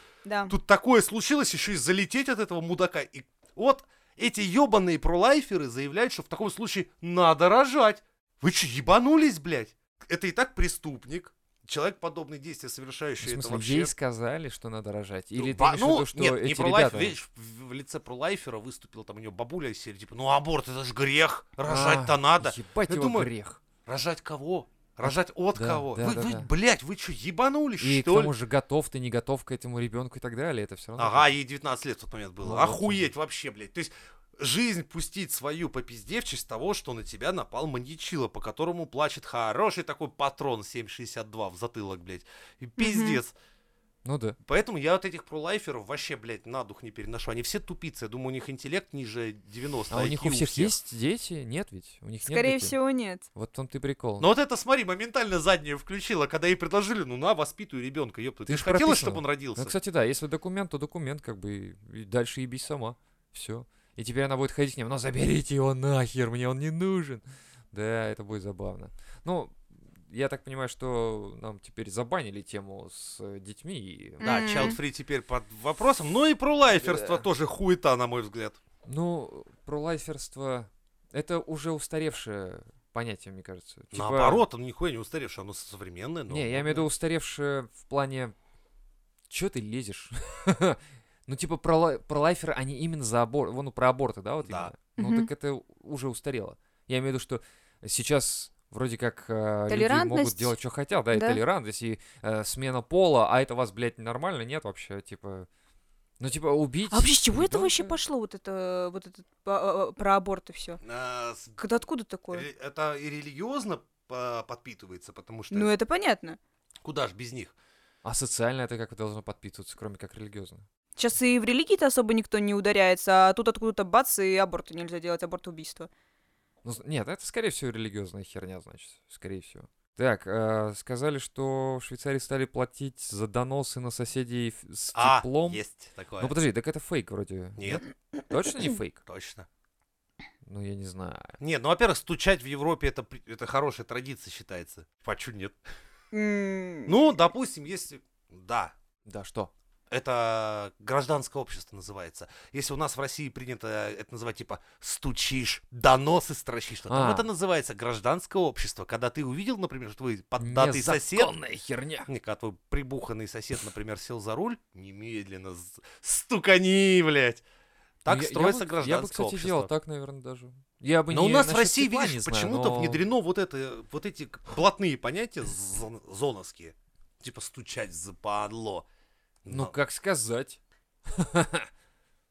Speaker 3: да.
Speaker 1: Тут такое случилось, еще и залететь от этого мудака. И вот эти ебаные пролайферы заявляют, что в таком случае надо рожать. Вы че, ебанулись, блядь? Это и так преступник. Человек, подобные действия
Speaker 2: В
Speaker 1: совершающий, это
Speaker 2: смысле,
Speaker 1: вообще...
Speaker 2: ей сказали, что надо рожать? Или ты
Speaker 1: Ба-
Speaker 2: имеешь в
Speaker 1: ну,
Speaker 2: виду, что
Speaker 1: нет, не
Speaker 2: эти
Speaker 1: пролайфер,
Speaker 2: ребята...
Speaker 1: видишь, в, в лице пролайфера выступила там у нее бабуля из серии, типа, ну аборт это ж грех, рожать-то
Speaker 2: А,
Speaker 1: надо.
Speaker 2: Ебать
Speaker 1: Я
Speaker 2: его
Speaker 1: думаю,
Speaker 2: грех.
Speaker 1: Рожать кого? Рожать от
Speaker 2: Да,
Speaker 1: кого?
Speaker 2: да,
Speaker 1: вы,
Speaker 2: да,
Speaker 1: вы,
Speaker 2: да.
Speaker 1: блядь, вы что, ебанулись,
Speaker 2: И к
Speaker 1: что ли?
Speaker 2: тому же готов ты, не готов к этому ребенку и так далее, это все равно.
Speaker 1: Ага, ей 19 лет в тот момент было.
Speaker 2: Ну, вот
Speaker 1: Охуеть вообще, блядь. То есть жизнь пустить свою по пизде в честь того, что на тебя напал маньячила, по которому плачет хороший такой патрон 7,62 в затылок, блядь. И пиздец.
Speaker 2: Ну да.
Speaker 1: Поэтому я вот этих пролайферов вообще, блядь, на дух не переношу. Они все тупицы. Я думаю, у них интеллект ниже 90.
Speaker 2: А у
Speaker 1: IQ
Speaker 2: них у всех есть дети? Нет ведь? У них нет
Speaker 3: Скорее
Speaker 2: детей?
Speaker 3: всего, нет.
Speaker 2: Вот в том ты прикол.
Speaker 1: Но Ну, вот это, смотри, моментально заднее включила, когда ей предложили, ну на, воспитывай ребенка, ёпта.
Speaker 2: Ты
Speaker 1: Ты,
Speaker 2: ж
Speaker 1: же хотела,
Speaker 2: прописана.
Speaker 1: чтобы он родился?
Speaker 2: Ну, кстати, да, если документ, то документ, как бы, и и дальше ебись сама. Все. И теперь она будет ходить к ним, ну заберите его нахер, мне он не нужен. Да, это будет забавно. Ну, я так понимаю, что нам теперь забанили тему с э, детьми. и-
Speaker 1: Да,
Speaker 3: М.
Speaker 1: Child Free теперь под вопросом. Ну и пролайферство
Speaker 2: Да.
Speaker 1: тоже хуета, на мой взгляд.
Speaker 2: Ну, про лайферство это уже устаревшее понятие, мне кажется. Типа-
Speaker 1: Наоборот, он нихуя не устаревший, оно современное. но-
Speaker 2: Не, я имею в виду устаревшее в плане... Чё ты лезешь? Ну, типа, про, лай- про лайферы, они именно за аборт... Вон, ну, про аборты, да, вот
Speaker 1: Да.
Speaker 2: именно? Ну,
Speaker 3: Мгм.
Speaker 2: так это у- уже устарело. Я имею в виду, что сейчас вроде как э, люди могут
Speaker 3: Толерантность.
Speaker 2: делать, что хотят, да, и
Speaker 3: Да.
Speaker 2: толерантность, и э, смена пола, а это вас, блядь, нормально? Нет вообще, типа... Ну, типа, убить...
Speaker 3: А вообще, с чего это вообще
Speaker 2: ребёнка?
Speaker 3: пошло, вот это, вот это а, а, про аборт и все?
Speaker 1: А, с-
Speaker 3: Когда откуда такое?
Speaker 1: ре- Это и религиозно по- подпитывается, потому что
Speaker 3: Ну, это понятно.
Speaker 1: куда ж без них?
Speaker 2: А социально это как должно подпитываться, кроме как религиозно?
Speaker 3: Сейчас и в религии-то особо никто не ударяется, а тут откуда-то бац, и аборты нельзя делать, аборт убийство.
Speaker 2: Ну, с- нет, это, скорее всего, религиозная херня, значит, скорее всего. Так, э, сказали, что в Швейцарии стали платить за доносы на соседей ф- с теплом.
Speaker 1: А, есть такое.
Speaker 2: Ну подожди, так это фейк вроде.
Speaker 1: Нет,
Speaker 2: Точно не фейк?
Speaker 1: точно.
Speaker 2: Ну я не знаю.
Speaker 1: Нет, ну, во-первых, стучать в Европе это, при- это хорошая традиция считается. Почему нет?
Speaker 3: Ну,
Speaker 1: Ну, допустим, если... Да.
Speaker 2: Да что?
Speaker 1: Это гражданское общество называется. Если у нас в России принято это называть типа стучишь, доносы строчишь, то там
Speaker 2: А.
Speaker 1: это называется гражданское общество. Когда ты увидел, например, что твой поддатый А, сосед
Speaker 2: Незаконная херня. Ну,
Speaker 1: Не, Когда а твой прибуханный сосед, например, сел за руль, немедленно с- стукани, блядь. Так
Speaker 2: Ну, я- я
Speaker 1: строится
Speaker 2: бы-
Speaker 1: гражданское
Speaker 2: Я бы, кстати,
Speaker 1: общество.
Speaker 2: делал так, наверное, даже. Я бы
Speaker 1: но
Speaker 2: не
Speaker 1: у нас в
Speaker 2: насчет
Speaker 1: России,
Speaker 2: тепла не
Speaker 1: видишь,
Speaker 2: знаю,
Speaker 1: почему-то
Speaker 2: но-
Speaker 1: внедрено вот, это, вот эти к- блатные понятия зон- зоновские. Типа стучать западло.
Speaker 2: Ну,
Speaker 1: Но-
Speaker 2: как сказать?
Speaker 1: но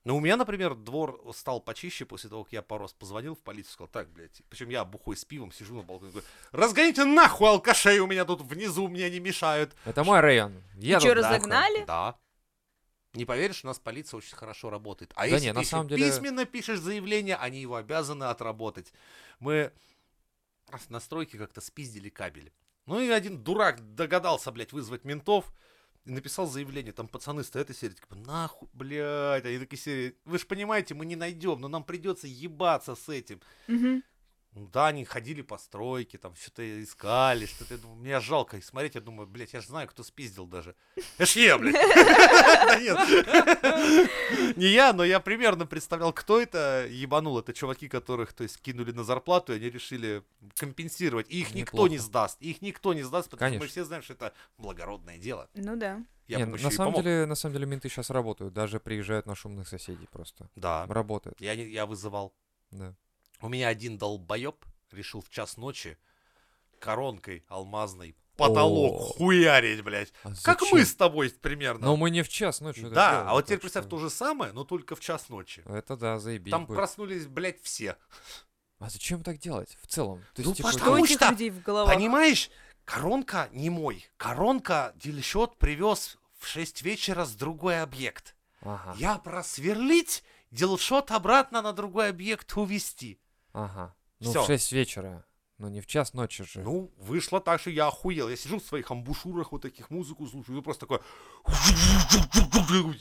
Speaker 1: Ну, у меня, например, двор стал почище после того, как я пару раз позвонил в полицию, сказал, так, блядь, причем я бухой с пивом сижу на балконе, говорю, разгоните нахуй алкашей у меня тут внизу, мне не мешают.
Speaker 2: Это мой район. Я
Speaker 3: Чё,
Speaker 2: тут-
Speaker 1: Да,
Speaker 3: разогнали?
Speaker 1: хра- Да. Не поверишь, у нас полиция очень хорошо работает. А
Speaker 2: Да
Speaker 1: если
Speaker 2: не,
Speaker 1: ты
Speaker 2: на
Speaker 1: еще
Speaker 2: самом деле-
Speaker 1: письменно пишешь заявление, они его обязаны отработать. Мы с настройки как-то спиздили кабель. Ну и один дурак догадался, блядь, вызвать ментов. И написал заявление, там пацаны стоят и серии, типа, нахуй, блядь, они такие серии, вы же понимаете, мы не найдем, но нам придется ебаться с этим.
Speaker 3: Мгм.
Speaker 1: Ну да, они ходили по стройке, там что-то искали, что-то. Я думаю, Меня жалко их смотреть, я думаю, блядь, я же знаю, кто спиздил даже. Это ж я, блядь. Да нет. Не я, но я примерно представлял, кто это ебанул. Это чуваки, которых, то есть, кинули на зарплату, и они решили компенсировать. И их никто
Speaker 2: Неплохо.
Speaker 1: не сдаст. Их никто не сдаст, потому что мы
Speaker 2: Конечно.
Speaker 1: все знаем, что это благородное дело.
Speaker 3: Ну да.
Speaker 1: Я
Speaker 2: Не,
Speaker 1: бы им
Speaker 2: на
Speaker 1: еще и
Speaker 2: самом
Speaker 1: помог.
Speaker 2: деле, на самом деле менты сейчас работают, даже приезжают на шумных соседей просто.
Speaker 1: Да.
Speaker 2: Работают,
Speaker 1: Я, не- я вызывал.
Speaker 2: да.
Speaker 1: У меня один долбоеб решил в час ночи коронкой алмазной
Speaker 2: О.
Speaker 1: потолок хуярить, блядь.
Speaker 2: А
Speaker 1: Как
Speaker 2: зачем?
Speaker 1: мы с тобой примерно.
Speaker 2: Но мы не в час ночью. это
Speaker 1: да,
Speaker 2: делаем,
Speaker 1: а вот
Speaker 2: так
Speaker 1: теперь представь
Speaker 2: что-
Speaker 1: то же самое, но только в час ночи.
Speaker 2: Это да, заебись
Speaker 1: Там
Speaker 2: будет.
Speaker 1: проснулись, блядь, все.
Speaker 2: А зачем так делать в целом? То
Speaker 1: Ну,
Speaker 2: типа,
Speaker 1: пошла
Speaker 3: Что у этих
Speaker 1: Потому что
Speaker 3: людей в головах?
Speaker 1: Понимаешь, коронка не мой. Коронка делещет привез в 6 вечера с другой объект.
Speaker 2: Ага,
Speaker 1: Я просверлить, делшот обратно на другой объект увести.
Speaker 2: ага. Ну,
Speaker 1: Всё.
Speaker 2: в 6 вечера. Ну, не в час ночи же.
Speaker 1: Ну, вышло так, что я охуел. Я сижу в своих амбушюрах, вот таких музыку слушаю, и просто такое...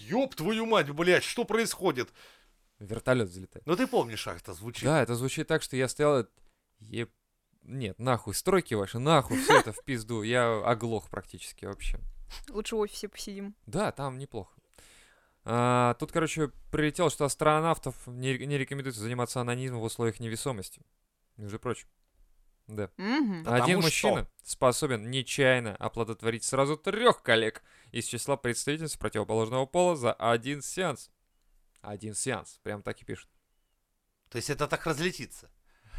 Speaker 1: Ёб твою мать, блядь, что происходит?
Speaker 2: Вертолет взлетает.
Speaker 1: Ну, ты помнишь, как это звучит.
Speaker 2: Да, это звучит так, что я стоял... и- Еп... Нет, нахуй, стройки ваши, нахуй, все это в пизду. Я оглох практически вообще.
Speaker 3: Лучше в офисе посидим.
Speaker 2: Да, там неплохо. А, тут, короче, прилетело, что астронавтов не, не рекомендуется заниматься анонизмом в условиях невесомости. Между прочим. Да.
Speaker 3: Мгм.
Speaker 1: Потому
Speaker 2: Один
Speaker 1: что-
Speaker 2: мужчина способен нечаянно оплодотворить сразу трех коллег из числа представительниц противоположного пола за один сеанс. Один сеанс. Прям так и пишет.
Speaker 1: То есть это так разлетится.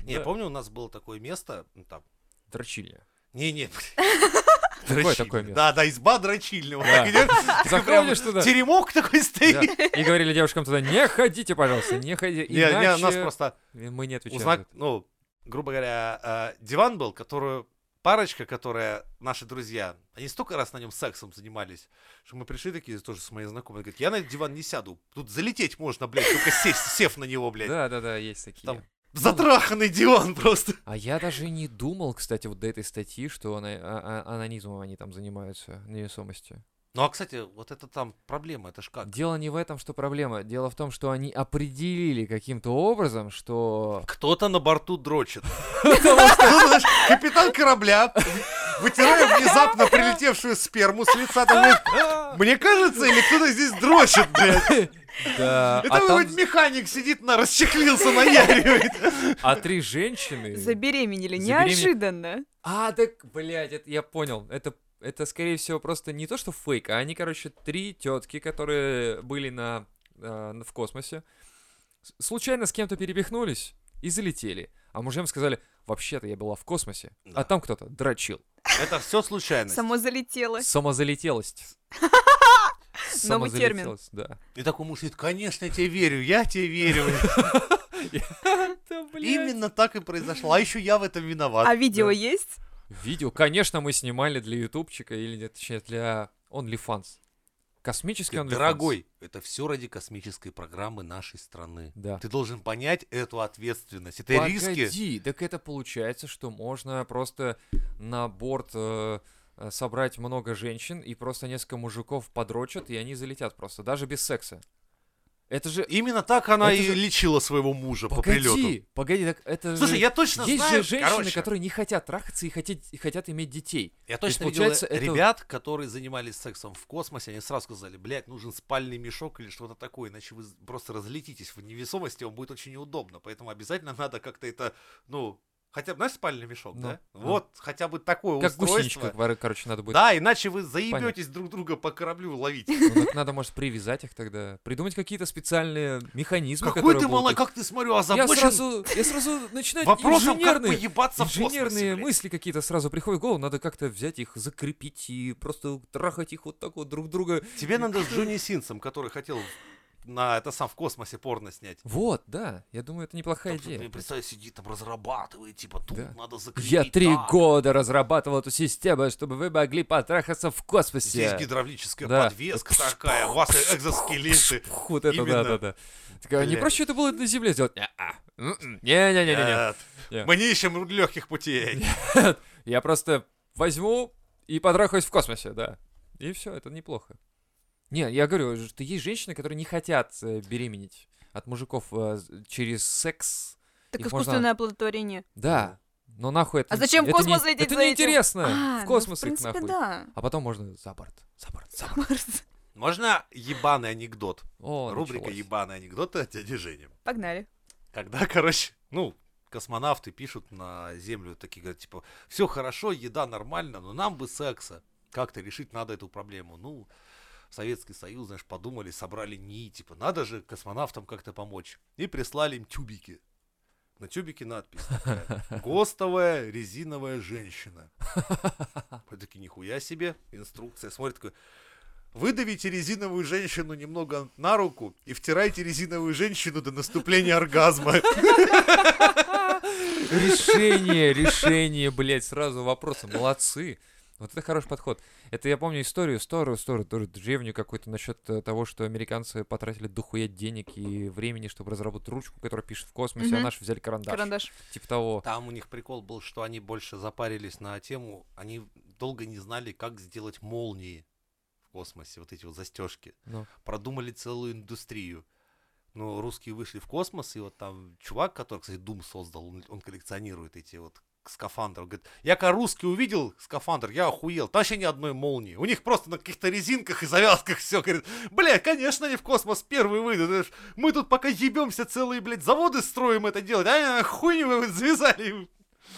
Speaker 1: Не,
Speaker 2: Да.
Speaker 1: помню, у нас было такое место, ну, там,
Speaker 2: Дрочильня.
Speaker 1: не-не,
Speaker 2: Какое
Speaker 1: дрочильня.
Speaker 2: такое место?
Speaker 1: Да, да, изба дрочильня. Вот
Speaker 2: Да.
Speaker 1: так идёт,
Speaker 2: Заходишь туда.
Speaker 1: Теремок такой
Speaker 2: Да.
Speaker 1: стоит.
Speaker 2: И говорили девушкам туда, не ходите, пожалуйста, не ходите.
Speaker 1: Не, не,
Speaker 2: Иначе
Speaker 1: нас просто
Speaker 2: мы не отвечаем.
Speaker 1: узнак, ну, грубо говоря, э, диван был, которую парочка, которая наши друзья, они столько раз на нем сексом занимались, что мы пришли такие тоже с моей знакомой, говорит, я на этот диван не сяду, тут залететь можно, блядь, только сесть, сев на него, блядь.
Speaker 2: Да, да, да, есть такие.
Speaker 1: Там Затраханный диван просто.
Speaker 2: А я даже и не думал, кстати, вот до этой статьи, что ана- а- а- анонизмом они там занимаются, невесомостью.
Speaker 1: Ну, а, кстати, вот это там проблема, это ж как?
Speaker 2: Дело не в этом, что проблема. Дело в том, что они определили каким-то образом, что...
Speaker 1: Кто-то на борту дрочит. Ну, знаешь, Капитан корабля, вытирая внезапно прилетевшую сперму с лица, там говорит, мне кажется, или кто-то здесь дрочит, блядь.
Speaker 2: Да,
Speaker 1: И там
Speaker 2: а там-
Speaker 1: какой-то механик сидит, на расчехлился, наяривает.
Speaker 2: а три женщины...
Speaker 3: Забеременели
Speaker 2: заберемен-
Speaker 3: неожиданно.
Speaker 2: А, так, блядь, это я понял. Это, это, скорее всего, просто не то, что фейк, а они, короче, три тетки, которые были на, э, на- в космосе, с- случайно с кем-то перепихнулись и залетели. А мужьям сказали, вообще-то я была в космосе,
Speaker 1: Да.
Speaker 2: а там кто-то дрочил.
Speaker 1: Это все случайность.
Speaker 3: Само залетело.
Speaker 2: Самозалетелость.
Speaker 3: Новый термин.
Speaker 2: Самозалетелость, Да.
Speaker 1: И такой муж говорит, конечно, я тебе верю, я тебе верю.
Speaker 2: Да, блядь.
Speaker 1: Именно так и произошло. А еще я в этом
Speaker 3: А
Speaker 1: виноват.
Speaker 3: видео есть?
Speaker 2: Видео, конечно, мы снимали для ютубчика, или нет, точнее, для OnlyFans. Космический OnlyFans.
Speaker 1: Дорогой, это все ради космической программы нашей страны.
Speaker 2: Да.
Speaker 1: Ты должен понять эту ответственность. Это риски.
Speaker 2: Погоди, так это получается, что можно просто на борт э, э, собрать много женщин, и просто несколько мужиков подрочат, и они залетят просто, даже без секса. Это же...
Speaker 1: Именно так она
Speaker 2: Это
Speaker 1: и
Speaker 2: же-
Speaker 1: лечила своего мужа по прилету.
Speaker 2: Погоди, погоди, так это
Speaker 1: Слушай,
Speaker 2: же...
Speaker 1: я точно
Speaker 2: Есть
Speaker 1: знаю,
Speaker 2: же женщины,
Speaker 1: короче,
Speaker 2: которые не хотят трахаться и хотят, и хотят иметь детей.
Speaker 1: я точно
Speaker 2: есть,
Speaker 1: видел э,
Speaker 2: получается, это-
Speaker 1: ребят, которые занимались сексом в космосе, они сразу сказали, блядь, нужен спальный мешок или что-то такое, иначе вы просто разлетитесь в невесомости, вам будет очень неудобно, поэтому обязательно надо как-то это, ну, хотя бы, знаешь, спальный мешок,
Speaker 2: Ну,
Speaker 1: да?
Speaker 2: ну.
Speaker 1: Вот, хотя бы такое
Speaker 2: Как
Speaker 1: устройство.
Speaker 2: гусеничка, кор- короче, надо будет.
Speaker 1: Да, иначе вы заебетесь друг друга по кораблю ловить.
Speaker 2: Ну, так надо, может, привязать их тогда. Придумать какие-то специальные механизмы,
Speaker 1: Какой
Speaker 2: которые
Speaker 1: ты
Speaker 2: будут
Speaker 1: малой,
Speaker 2: их-
Speaker 1: как ты, смотрю,
Speaker 2: Я
Speaker 1: озабочен
Speaker 2: сразу, я сразу начинаю
Speaker 1: вопросом, как
Speaker 2: инженерные,
Speaker 1: поебаться в космосе,
Speaker 2: инженерные
Speaker 1: блядь.
Speaker 2: мысли какие-то сразу приходят в голову. Надо как-то взять их, закрепить и просто трахать их вот так вот друг друга.
Speaker 1: Тебе надо с Джонни Синсом, который хотел на это сам в космосе порно снять.
Speaker 2: Вот, да. Я думаю, это неплохая
Speaker 1: Там, ты
Speaker 2: идея.
Speaker 1: представь, сидит там, разрабатывает, типа, тут
Speaker 2: Да.
Speaker 1: надо закрепить.
Speaker 2: Я три
Speaker 1: так.
Speaker 2: года разрабатывал эту систему, чтобы вы могли потрахаться в космосе.
Speaker 1: Здесь гидравлическая
Speaker 2: Да.
Speaker 1: подвеска такая, у вас э, экзоскелеты.
Speaker 2: Вот это
Speaker 1: Именно.
Speaker 2: да, да, да. Такая, не
Speaker 1: Блядь.
Speaker 2: проще это было на Земле сделать? Не-а. М-м. Не-не-не-не.
Speaker 1: Нет.
Speaker 2: Не.
Speaker 1: Мы не ищем легких путей.
Speaker 2: Я просто возьму и потрахаюсь в космосе, да. И все, это неплохо. Не, я говорю, что есть женщины, которые не хотят э, беременеть от мужиков э, з- через секс.
Speaker 3: Так
Speaker 2: Их можно-
Speaker 3: искусственное оплодотворение.
Speaker 2: Да. Но нахуй это...
Speaker 3: А зачем в
Speaker 2: это не-
Speaker 3: космос лететь
Speaker 2: Это
Speaker 3: за этим?
Speaker 2: неинтересно. Э,
Speaker 3: А,
Speaker 2: В
Speaker 3: ну,
Speaker 2: космос
Speaker 3: в
Speaker 2: их
Speaker 3: принципе,
Speaker 2: нахуй.
Speaker 3: да.
Speaker 2: А потом можно за борт. За борт, за борт.
Speaker 3: Марс.
Speaker 1: Можно ебаный анекдот?
Speaker 2: О,
Speaker 1: Рубрика
Speaker 2: началось.
Speaker 1: «Ебаные анекдоты» от дяди Жени.
Speaker 3: Погнали.
Speaker 1: Когда, короче, ну, космонавты пишут на Землю, такие говорят, типа, все хорошо, еда нормально, но нам бы секса. Как-то решить надо эту проблему. Ну, Советский Союз, знаешь, подумали, собрали НИИ, типа, надо же космонавтам как-то помочь. И прислали им тюбики. На тюбике надпись такая, «Гостовая резиновая женщина». Мы такие, нихуя себе, инструкция. Смотрит такой, Выдавите резиновую женщину немного на руку и втирайте резиновую женщину до наступления оргазма.
Speaker 2: Решение, решение, блядь, сразу вопросы. Молодцы. Вот это хороший подход. Это я помню историю, старую, историю, тоже древнюю какую-то насчет э, того, что американцы потратили дохуя денег и времени, чтобы разработать ручку, которая пишет в космосе, а
Speaker 3: Мгм.
Speaker 2: наши взяли карандаш.
Speaker 3: Карандаш.
Speaker 2: Типа того.
Speaker 1: Там у них прикол был, что они больше запарились на тему, они долго не знали, как сделать молнии в космосе, вот эти вот застежки.
Speaker 2: Ну.
Speaker 1: Продумали целую индустрию. Но русские вышли в космос, и вот там чувак, который, кстати, Дум создал, он, он коллекционирует эти вот скафандры. Он говорит, я когда русский увидел скафандр, я охуел. Там вообще ни одной молнии. У них просто на каких-то резинках и завязках все. Говорит, бля, конечно, они в космос первые выйдут. Это ж Мы тут пока ебемся целые, блядь, заводы строим это делать. А э, хуйню вы завязали.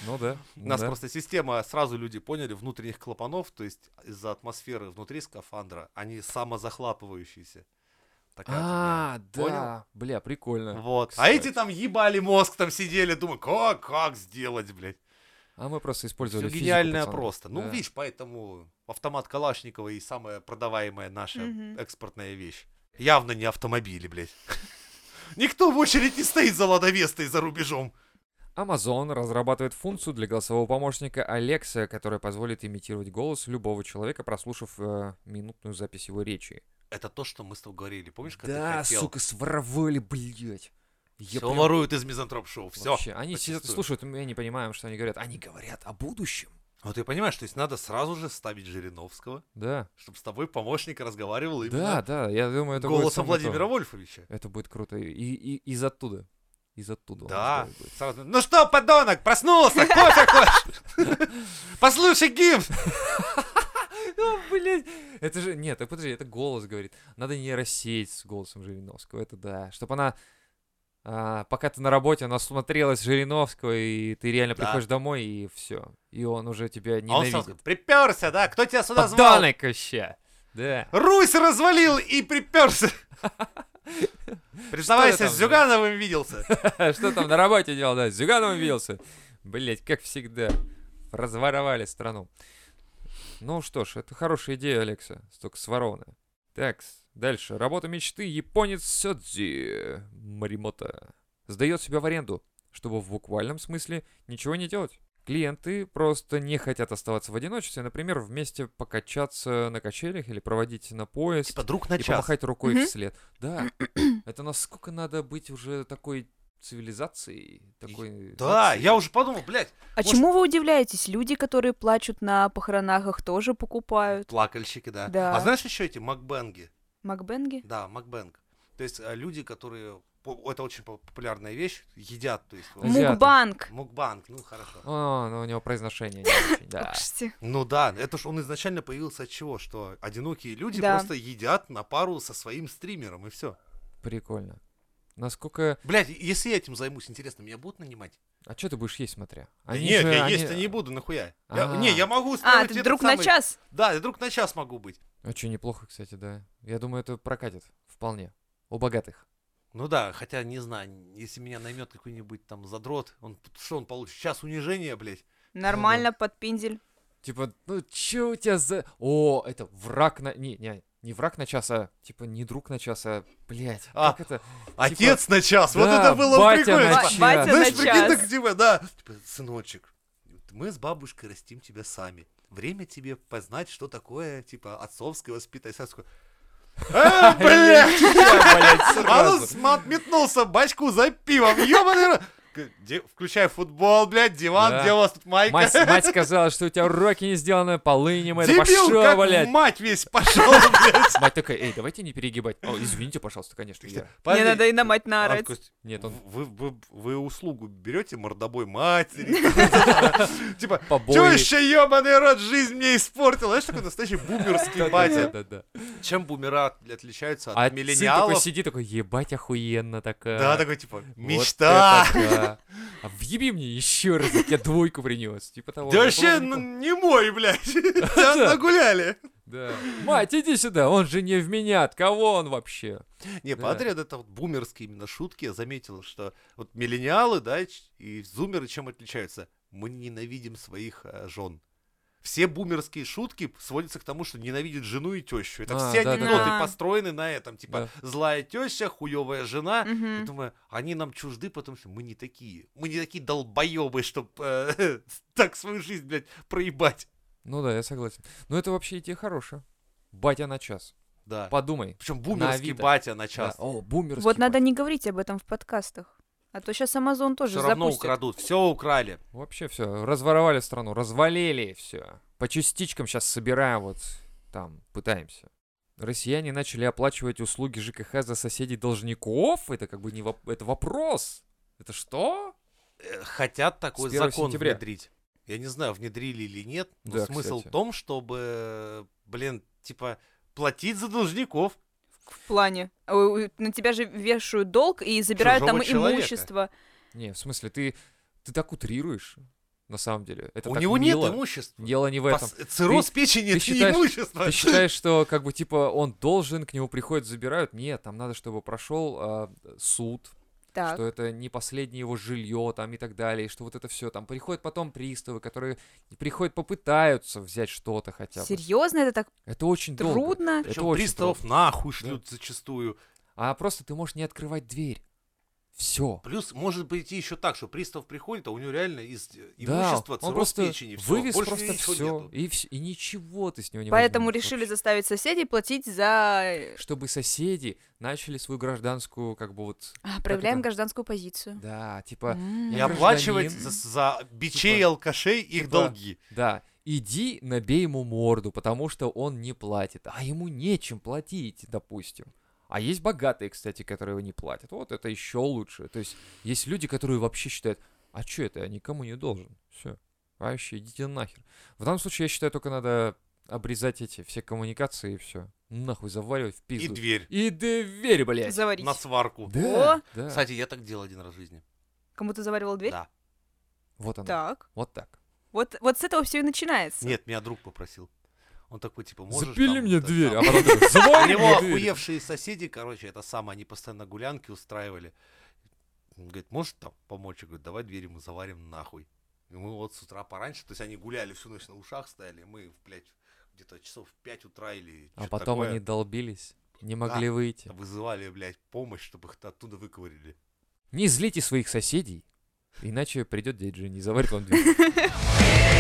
Speaker 2: Ну да.
Speaker 1: У нас
Speaker 2: да.
Speaker 1: просто система, сразу люди поняли, внутренних клапанов, то есть из-за атмосферы внутри скафандра, они самозахлапывающиеся. Такая фигня.
Speaker 2: А, да. Бля, прикольно.
Speaker 1: Вот.
Speaker 2: кстати.
Speaker 1: А эти там ебали мозг, там сидели, думаю, как, как сделать, блядь.
Speaker 2: А мы просто
Speaker 1: Все
Speaker 2: использовали физику,
Speaker 1: гениальное
Speaker 2: пацаны.
Speaker 1: просто. Ну,
Speaker 2: Да.
Speaker 1: видишь, поэтому автомат Калашникова и самая продаваемая наша
Speaker 3: Мгм.
Speaker 1: экспортная вещь. Явно не автомобили, блядь. Никто в очередь не стоит за ладовестой за рубежом.
Speaker 2: Amazon разрабатывает функцию для голосового помощника Alexa, которая позволит имитировать голос любого человека, прослушав э, минутную запись его речи.
Speaker 1: Это то, что мы с тобой говорили. Помнишь, как
Speaker 2: да,
Speaker 1: ты хотел?
Speaker 2: сука, своровали, блядь. Я
Speaker 1: Все
Speaker 2: прям
Speaker 1: воруют из мизантроп-шоу, все.
Speaker 2: вообще- Они сидят и
Speaker 1: зачастую.
Speaker 2: слушают, и мы не понимаем, что они говорят. Они говорят о будущем.
Speaker 1: Вот ты понимаешь, то есть надо сразу же ставить Жириновского,
Speaker 2: Да,
Speaker 1: чтобы с тобой помощник разговаривал
Speaker 2: да,
Speaker 1: именно
Speaker 2: да, я думаю, это будет
Speaker 1: голосом
Speaker 2: самое то.
Speaker 1: Владимира Вольфовича.
Speaker 2: Это будет круто. И, и- из оттуда. Из оттуда. он
Speaker 1: Да,
Speaker 2: разговаривает.
Speaker 1: сразу. Ну что, подонок, проснулся, кофе хочешь? Послушай гимн. А
Speaker 2: Ну, блядь. Это же... Нет, так подожди, это голос говорит. Надо не рассеять с голосом Жириновского. Это да. Чтобы она... а, пока ты на работе, она смотрелась Жириновского, и ты реально
Speaker 1: Да.
Speaker 2: приходишь домой, и все. И он уже тебя
Speaker 1: А он сразу
Speaker 2: ненавидит.
Speaker 1: говорит, приперся, да? Кто тебя сюда звал?
Speaker 2: Подонок вообще! Да.
Speaker 1: Русь развалил и приперся.
Speaker 2: Что
Speaker 1: Признавайся,
Speaker 2: я
Speaker 1: с
Speaker 2: там,
Speaker 1: Зюгановым виделся.
Speaker 2: Что там на работе делал, да? С Зюгановым виделся. Блять, как всегда. Разворовали страну. Ну что ж, это хорошая идея, Алекса. Столько сворованная. Так, дальше. Работа мечты. Японец Сёдзи Маримота сдает себя в аренду, чтобы в буквальном смысле ничего не делать. Клиенты просто не хотят оставаться в одиночестве, например, вместе покачаться на качелях или проводить на поезд
Speaker 1: Типа друг на
Speaker 2: и
Speaker 1: час.
Speaker 2: помахать рукой
Speaker 3: Мгм.
Speaker 2: вслед. Да. Это насколько надо быть уже такой цивилизацией, такой...
Speaker 1: Да,
Speaker 2: нацией.
Speaker 1: я уже подумал, блядь,
Speaker 3: А
Speaker 1: Может-
Speaker 3: чему вы удивляетесь? Люди, которые плачут на похоронах, их тоже покупают.
Speaker 1: плакальщики, да.
Speaker 3: Э, Да.
Speaker 1: А знаешь еще эти макбенги?
Speaker 3: Макбенги?
Speaker 1: Да, Макбэнк. То есть а, люди, которые... по- Это очень поп- популярная вещь. Едят, то есть... вот.
Speaker 2: Азиаты.
Speaker 3: Мукбанг.
Speaker 1: Мукбанг, ну хорошо.
Speaker 2: О, ну у него произношение не очень, да.
Speaker 3: Слушайте,
Speaker 1: Ну да, это ж он изначально появился от чего? Что одинокие люди
Speaker 3: Да.
Speaker 1: просто едят на пару со своим стримером, и все.
Speaker 2: Прикольно. Насколько...
Speaker 1: Блять, если я этим займусь, интересно, меня будут нанимать?
Speaker 2: А что ты будешь есть, смотря?
Speaker 1: Да
Speaker 2: Они
Speaker 1: Нет,
Speaker 2: же-
Speaker 1: я
Speaker 2: они-
Speaker 1: есть-то не буду, нахуя. Я- не,
Speaker 2: А.
Speaker 1: я могу
Speaker 3: А,
Speaker 1: устроить
Speaker 3: ты
Speaker 1: этот
Speaker 3: друг на
Speaker 1: ну, самый-
Speaker 2: Ну
Speaker 3: час?
Speaker 1: Да, я друг на час могу быть.
Speaker 2: А что, неплохо, кстати, да. Я думаю, это прокатит вполне. У богатых.
Speaker 1: Ну да, хотя не знаю, если меня наймет какой-нибудь там задрот, он что он получит? Час унижения, блядь.
Speaker 3: Нормально, под пиндель.
Speaker 2: Типа, ну чё у тебя за... О, это враг на... Не, не, не враг на час, а типа не друг на час, а, блядь,
Speaker 1: А,
Speaker 2: как это?
Speaker 1: Отец на час, вот
Speaker 2: да,
Speaker 1: это было
Speaker 2: батя
Speaker 1: прикольно.
Speaker 2: на
Speaker 1: Типа,
Speaker 2: час.
Speaker 3: Батя
Speaker 1: Знаешь,
Speaker 3: на
Speaker 1: прикинь,
Speaker 3: час.
Speaker 1: так типа, да. Типа, сыночек, мы с бабушкой растим тебя сами. Время тебе познать, что такое, типа, отцовское воспитание. Я такой, «А, блядь, а он
Speaker 2: Блядь,
Speaker 1: см- отметнул собачку за пивом, ёбаный рот!» Г- де- Включай футбол, блядь, диван,
Speaker 2: Да.
Speaker 1: где у вас тут майка?
Speaker 2: Мать, мать сказала, что у тебя уроки не сделаны, полы не мыты,
Speaker 1: Дебил,
Speaker 2: пошёл,
Speaker 1: как
Speaker 2: блядь.
Speaker 1: в мать весь пошел, блядь.
Speaker 2: Мать такая, эй, давайте не перегибать. О, извините, пожалуйста, конечно, я.
Speaker 3: Мне
Speaker 1: Подожди.
Speaker 3: надо и на мать
Speaker 1: А он
Speaker 3: наорать.
Speaker 1: такой,
Speaker 2: Нет, он
Speaker 1: Вы, вы, вы услугу берете мордобой матери? Типа,
Speaker 2: побои.
Speaker 1: теща, ебаный рот, жизнь мне испортила. Знаешь, такой настоящий бумерский батя.
Speaker 2: Да-да-да.
Speaker 1: Чем бумера отличаются
Speaker 2: А
Speaker 1: от
Speaker 2: сын такой
Speaker 1: миллениалов?
Speaker 2: сидит, такой, ебать, охуенно такая.
Speaker 1: Да, такой, типа,
Speaker 2: Вот
Speaker 1: мечта.
Speaker 2: это да. А въеби мне еще раз, я тебе двойку принес. Типа того.
Speaker 1: Да
Speaker 2: Я
Speaker 1: вообще
Speaker 2: помню.
Speaker 1: ну, не мой, блядь. Тебя
Speaker 2: Да.
Speaker 1: нагуляли.
Speaker 2: Да. Мать, иди сюда, он же не в меня, от кого он вообще?
Speaker 1: Не,
Speaker 2: Да.
Speaker 1: подряд это вот бумерские именно шутки. Я заметил, что вот миллениалы, да, и ч- и зумеры чем отличаются? Мы ненавидим своих э, жен. Все бумерские шутки сводятся к тому, что ненавидят жену и тещу. Это
Speaker 2: А,
Speaker 1: все
Speaker 2: да, да,
Speaker 1: анекдоты
Speaker 3: да.
Speaker 1: построены на этом. Типа, злая теща, хуевая жена. Я думаю, они нам чужды, потому что мы не такие. Мы не такие долбоебы, чтобы так свою жизнь, блядь, проебать.
Speaker 2: Ну да, я согласен. Но это вообще идея хорошая. Батя на час.
Speaker 1: Да.
Speaker 2: Подумай.
Speaker 1: Причем бумерский
Speaker 2: Авито.
Speaker 1: батя на час.
Speaker 2: Да. О, бумер.
Speaker 3: Вот надо не говорить об этом в подкастах. А то сейчас Amazon тоже
Speaker 1: Все равно
Speaker 3: запустит.
Speaker 1: украдут. Все украли.
Speaker 2: Вообще все, разворовали страну, развалили все. По частичкам сейчас собираем, вот там, пытаемся. Россияне начали оплачивать услуги ЖКХ за соседей должников? Это как бы не воп- это вопрос. Это что?
Speaker 1: Э, хотят такой
Speaker 2: С 1
Speaker 1: закон
Speaker 2: сентября.
Speaker 1: внедрить. Я не знаю, внедрили или нет, но
Speaker 2: Да,
Speaker 1: смысл
Speaker 2: кстати.
Speaker 1: в том, чтобы, блин, типа, платить за должников.
Speaker 3: В плане. Э, э, На тебя же вешают долг и забирают
Speaker 1: Чужого
Speaker 3: там
Speaker 1: человека.
Speaker 3: имущество.
Speaker 2: Не, в смысле, ты, ты так утрируешь, на самом деле. Это
Speaker 1: У
Speaker 2: так
Speaker 1: него
Speaker 2: мило.
Speaker 1: нет имущества.
Speaker 2: Дело не в этом.
Speaker 1: Пос- Цирроз печени
Speaker 2: ты
Speaker 1: это не
Speaker 2: считаешь-
Speaker 1: имущество.
Speaker 2: Ты считаешь, что как бы типа он должен, к нему приходят, забирают? Нет, там надо, чтобы прошел а, суд,
Speaker 3: Так.
Speaker 2: что это не последнее его жилье там и так далее, и что вот это все там приходят потом приставы, которые приходят, попытаются взять что-то хотя бы.
Speaker 3: Серьезно, это так
Speaker 2: Это очень долго.
Speaker 3: трудно.
Speaker 2: Это
Speaker 1: Причём
Speaker 2: очень
Speaker 1: приставов
Speaker 2: трудно.
Speaker 1: нахуй шлют зачастую.
Speaker 2: А просто ты можешь не открывать дверь. Все.
Speaker 1: Плюс может быть еще так, что пристав приходит, а у него реально из э,
Speaker 2: Да,
Speaker 1: имущества
Speaker 2: он
Speaker 1: цирроз
Speaker 2: просто
Speaker 1: печени. всё,
Speaker 2: вывез
Speaker 1: больше
Speaker 2: просто
Speaker 1: ничего
Speaker 2: все
Speaker 1: нету.
Speaker 2: и, вс- и ничего ты с него не
Speaker 3: Поэтому
Speaker 2: возьмешь
Speaker 3: решили
Speaker 2: вообще.
Speaker 3: заставить соседей платить за... э,
Speaker 2: чтобы соседи начали свою гражданскую, как бы вот,
Speaker 3: а, Проявляем
Speaker 2: это?
Speaker 3: гражданскую позицию.
Speaker 2: да, типа,
Speaker 3: М.
Speaker 1: И
Speaker 2: Я гражданин.
Speaker 1: оплачивать за, за бичей и
Speaker 2: Типа-
Speaker 1: алкашей их
Speaker 2: типа-
Speaker 1: долги.
Speaker 2: да, иди набей ему морду, потому что он не платит, а ему нечем платить, допустим. А есть богатые, кстати, которые не платят. Вот это еще лучше. То есть есть люди, которые вообще считают, а что это, я никому не должен. Все, вообще идите нахер. В данном случае, я считаю, только надо обрезать эти все коммуникации и все. Нахуй заваривать в
Speaker 1: И
Speaker 2: пизду.
Speaker 1: дверь
Speaker 2: И дверь, блядь.
Speaker 3: Заварить.
Speaker 1: на сварку.
Speaker 2: Да,
Speaker 3: О!
Speaker 2: да.
Speaker 1: Кстати, я так делал один раз в жизни.
Speaker 3: Кому ты заваривал дверь?
Speaker 1: Да.
Speaker 2: Вот она.
Speaker 3: Так.
Speaker 2: Вот так.
Speaker 3: Вот, вот с этого все и начинается.
Speaker 1: Нет, меня друг попросил. Он такой, типа, можешь...
Speaker 2: Запили
Speaker 1: там,
Speaker 2: мне
Speaker 1: да,
Speaker 2: дверь,
Speaker 1: там».
Speaker 2: а потом такой,
Speaker 1: У
Speaker 2: «Завали
Speaker 1: него
Speaker 2: мне дверь».
Speaker 1: охуевшие соседи, короче, это самое, они постоянно гулянки устраивали. Он говорит, можешь там помочь? Я говорю, давай дверь ему заварим нахуй. И мы вот с утра пораньше, то есть они гуляли всю ночь на ушах стояли, и мы, блядь, где-то часов в 5 утра или
Speaker 2: А
Speaker 1: чё-то
Speaker 2: потом
Speaker 1: такое
Speaker 2: они долбились, не могли выйти.
Speaker 1: вызывали, блядь, помощь, чтобы их оттуда выковырили.
Speaker 2: Не злите своих соседей, иначе придет дядя Джинни и заварит вам дверь.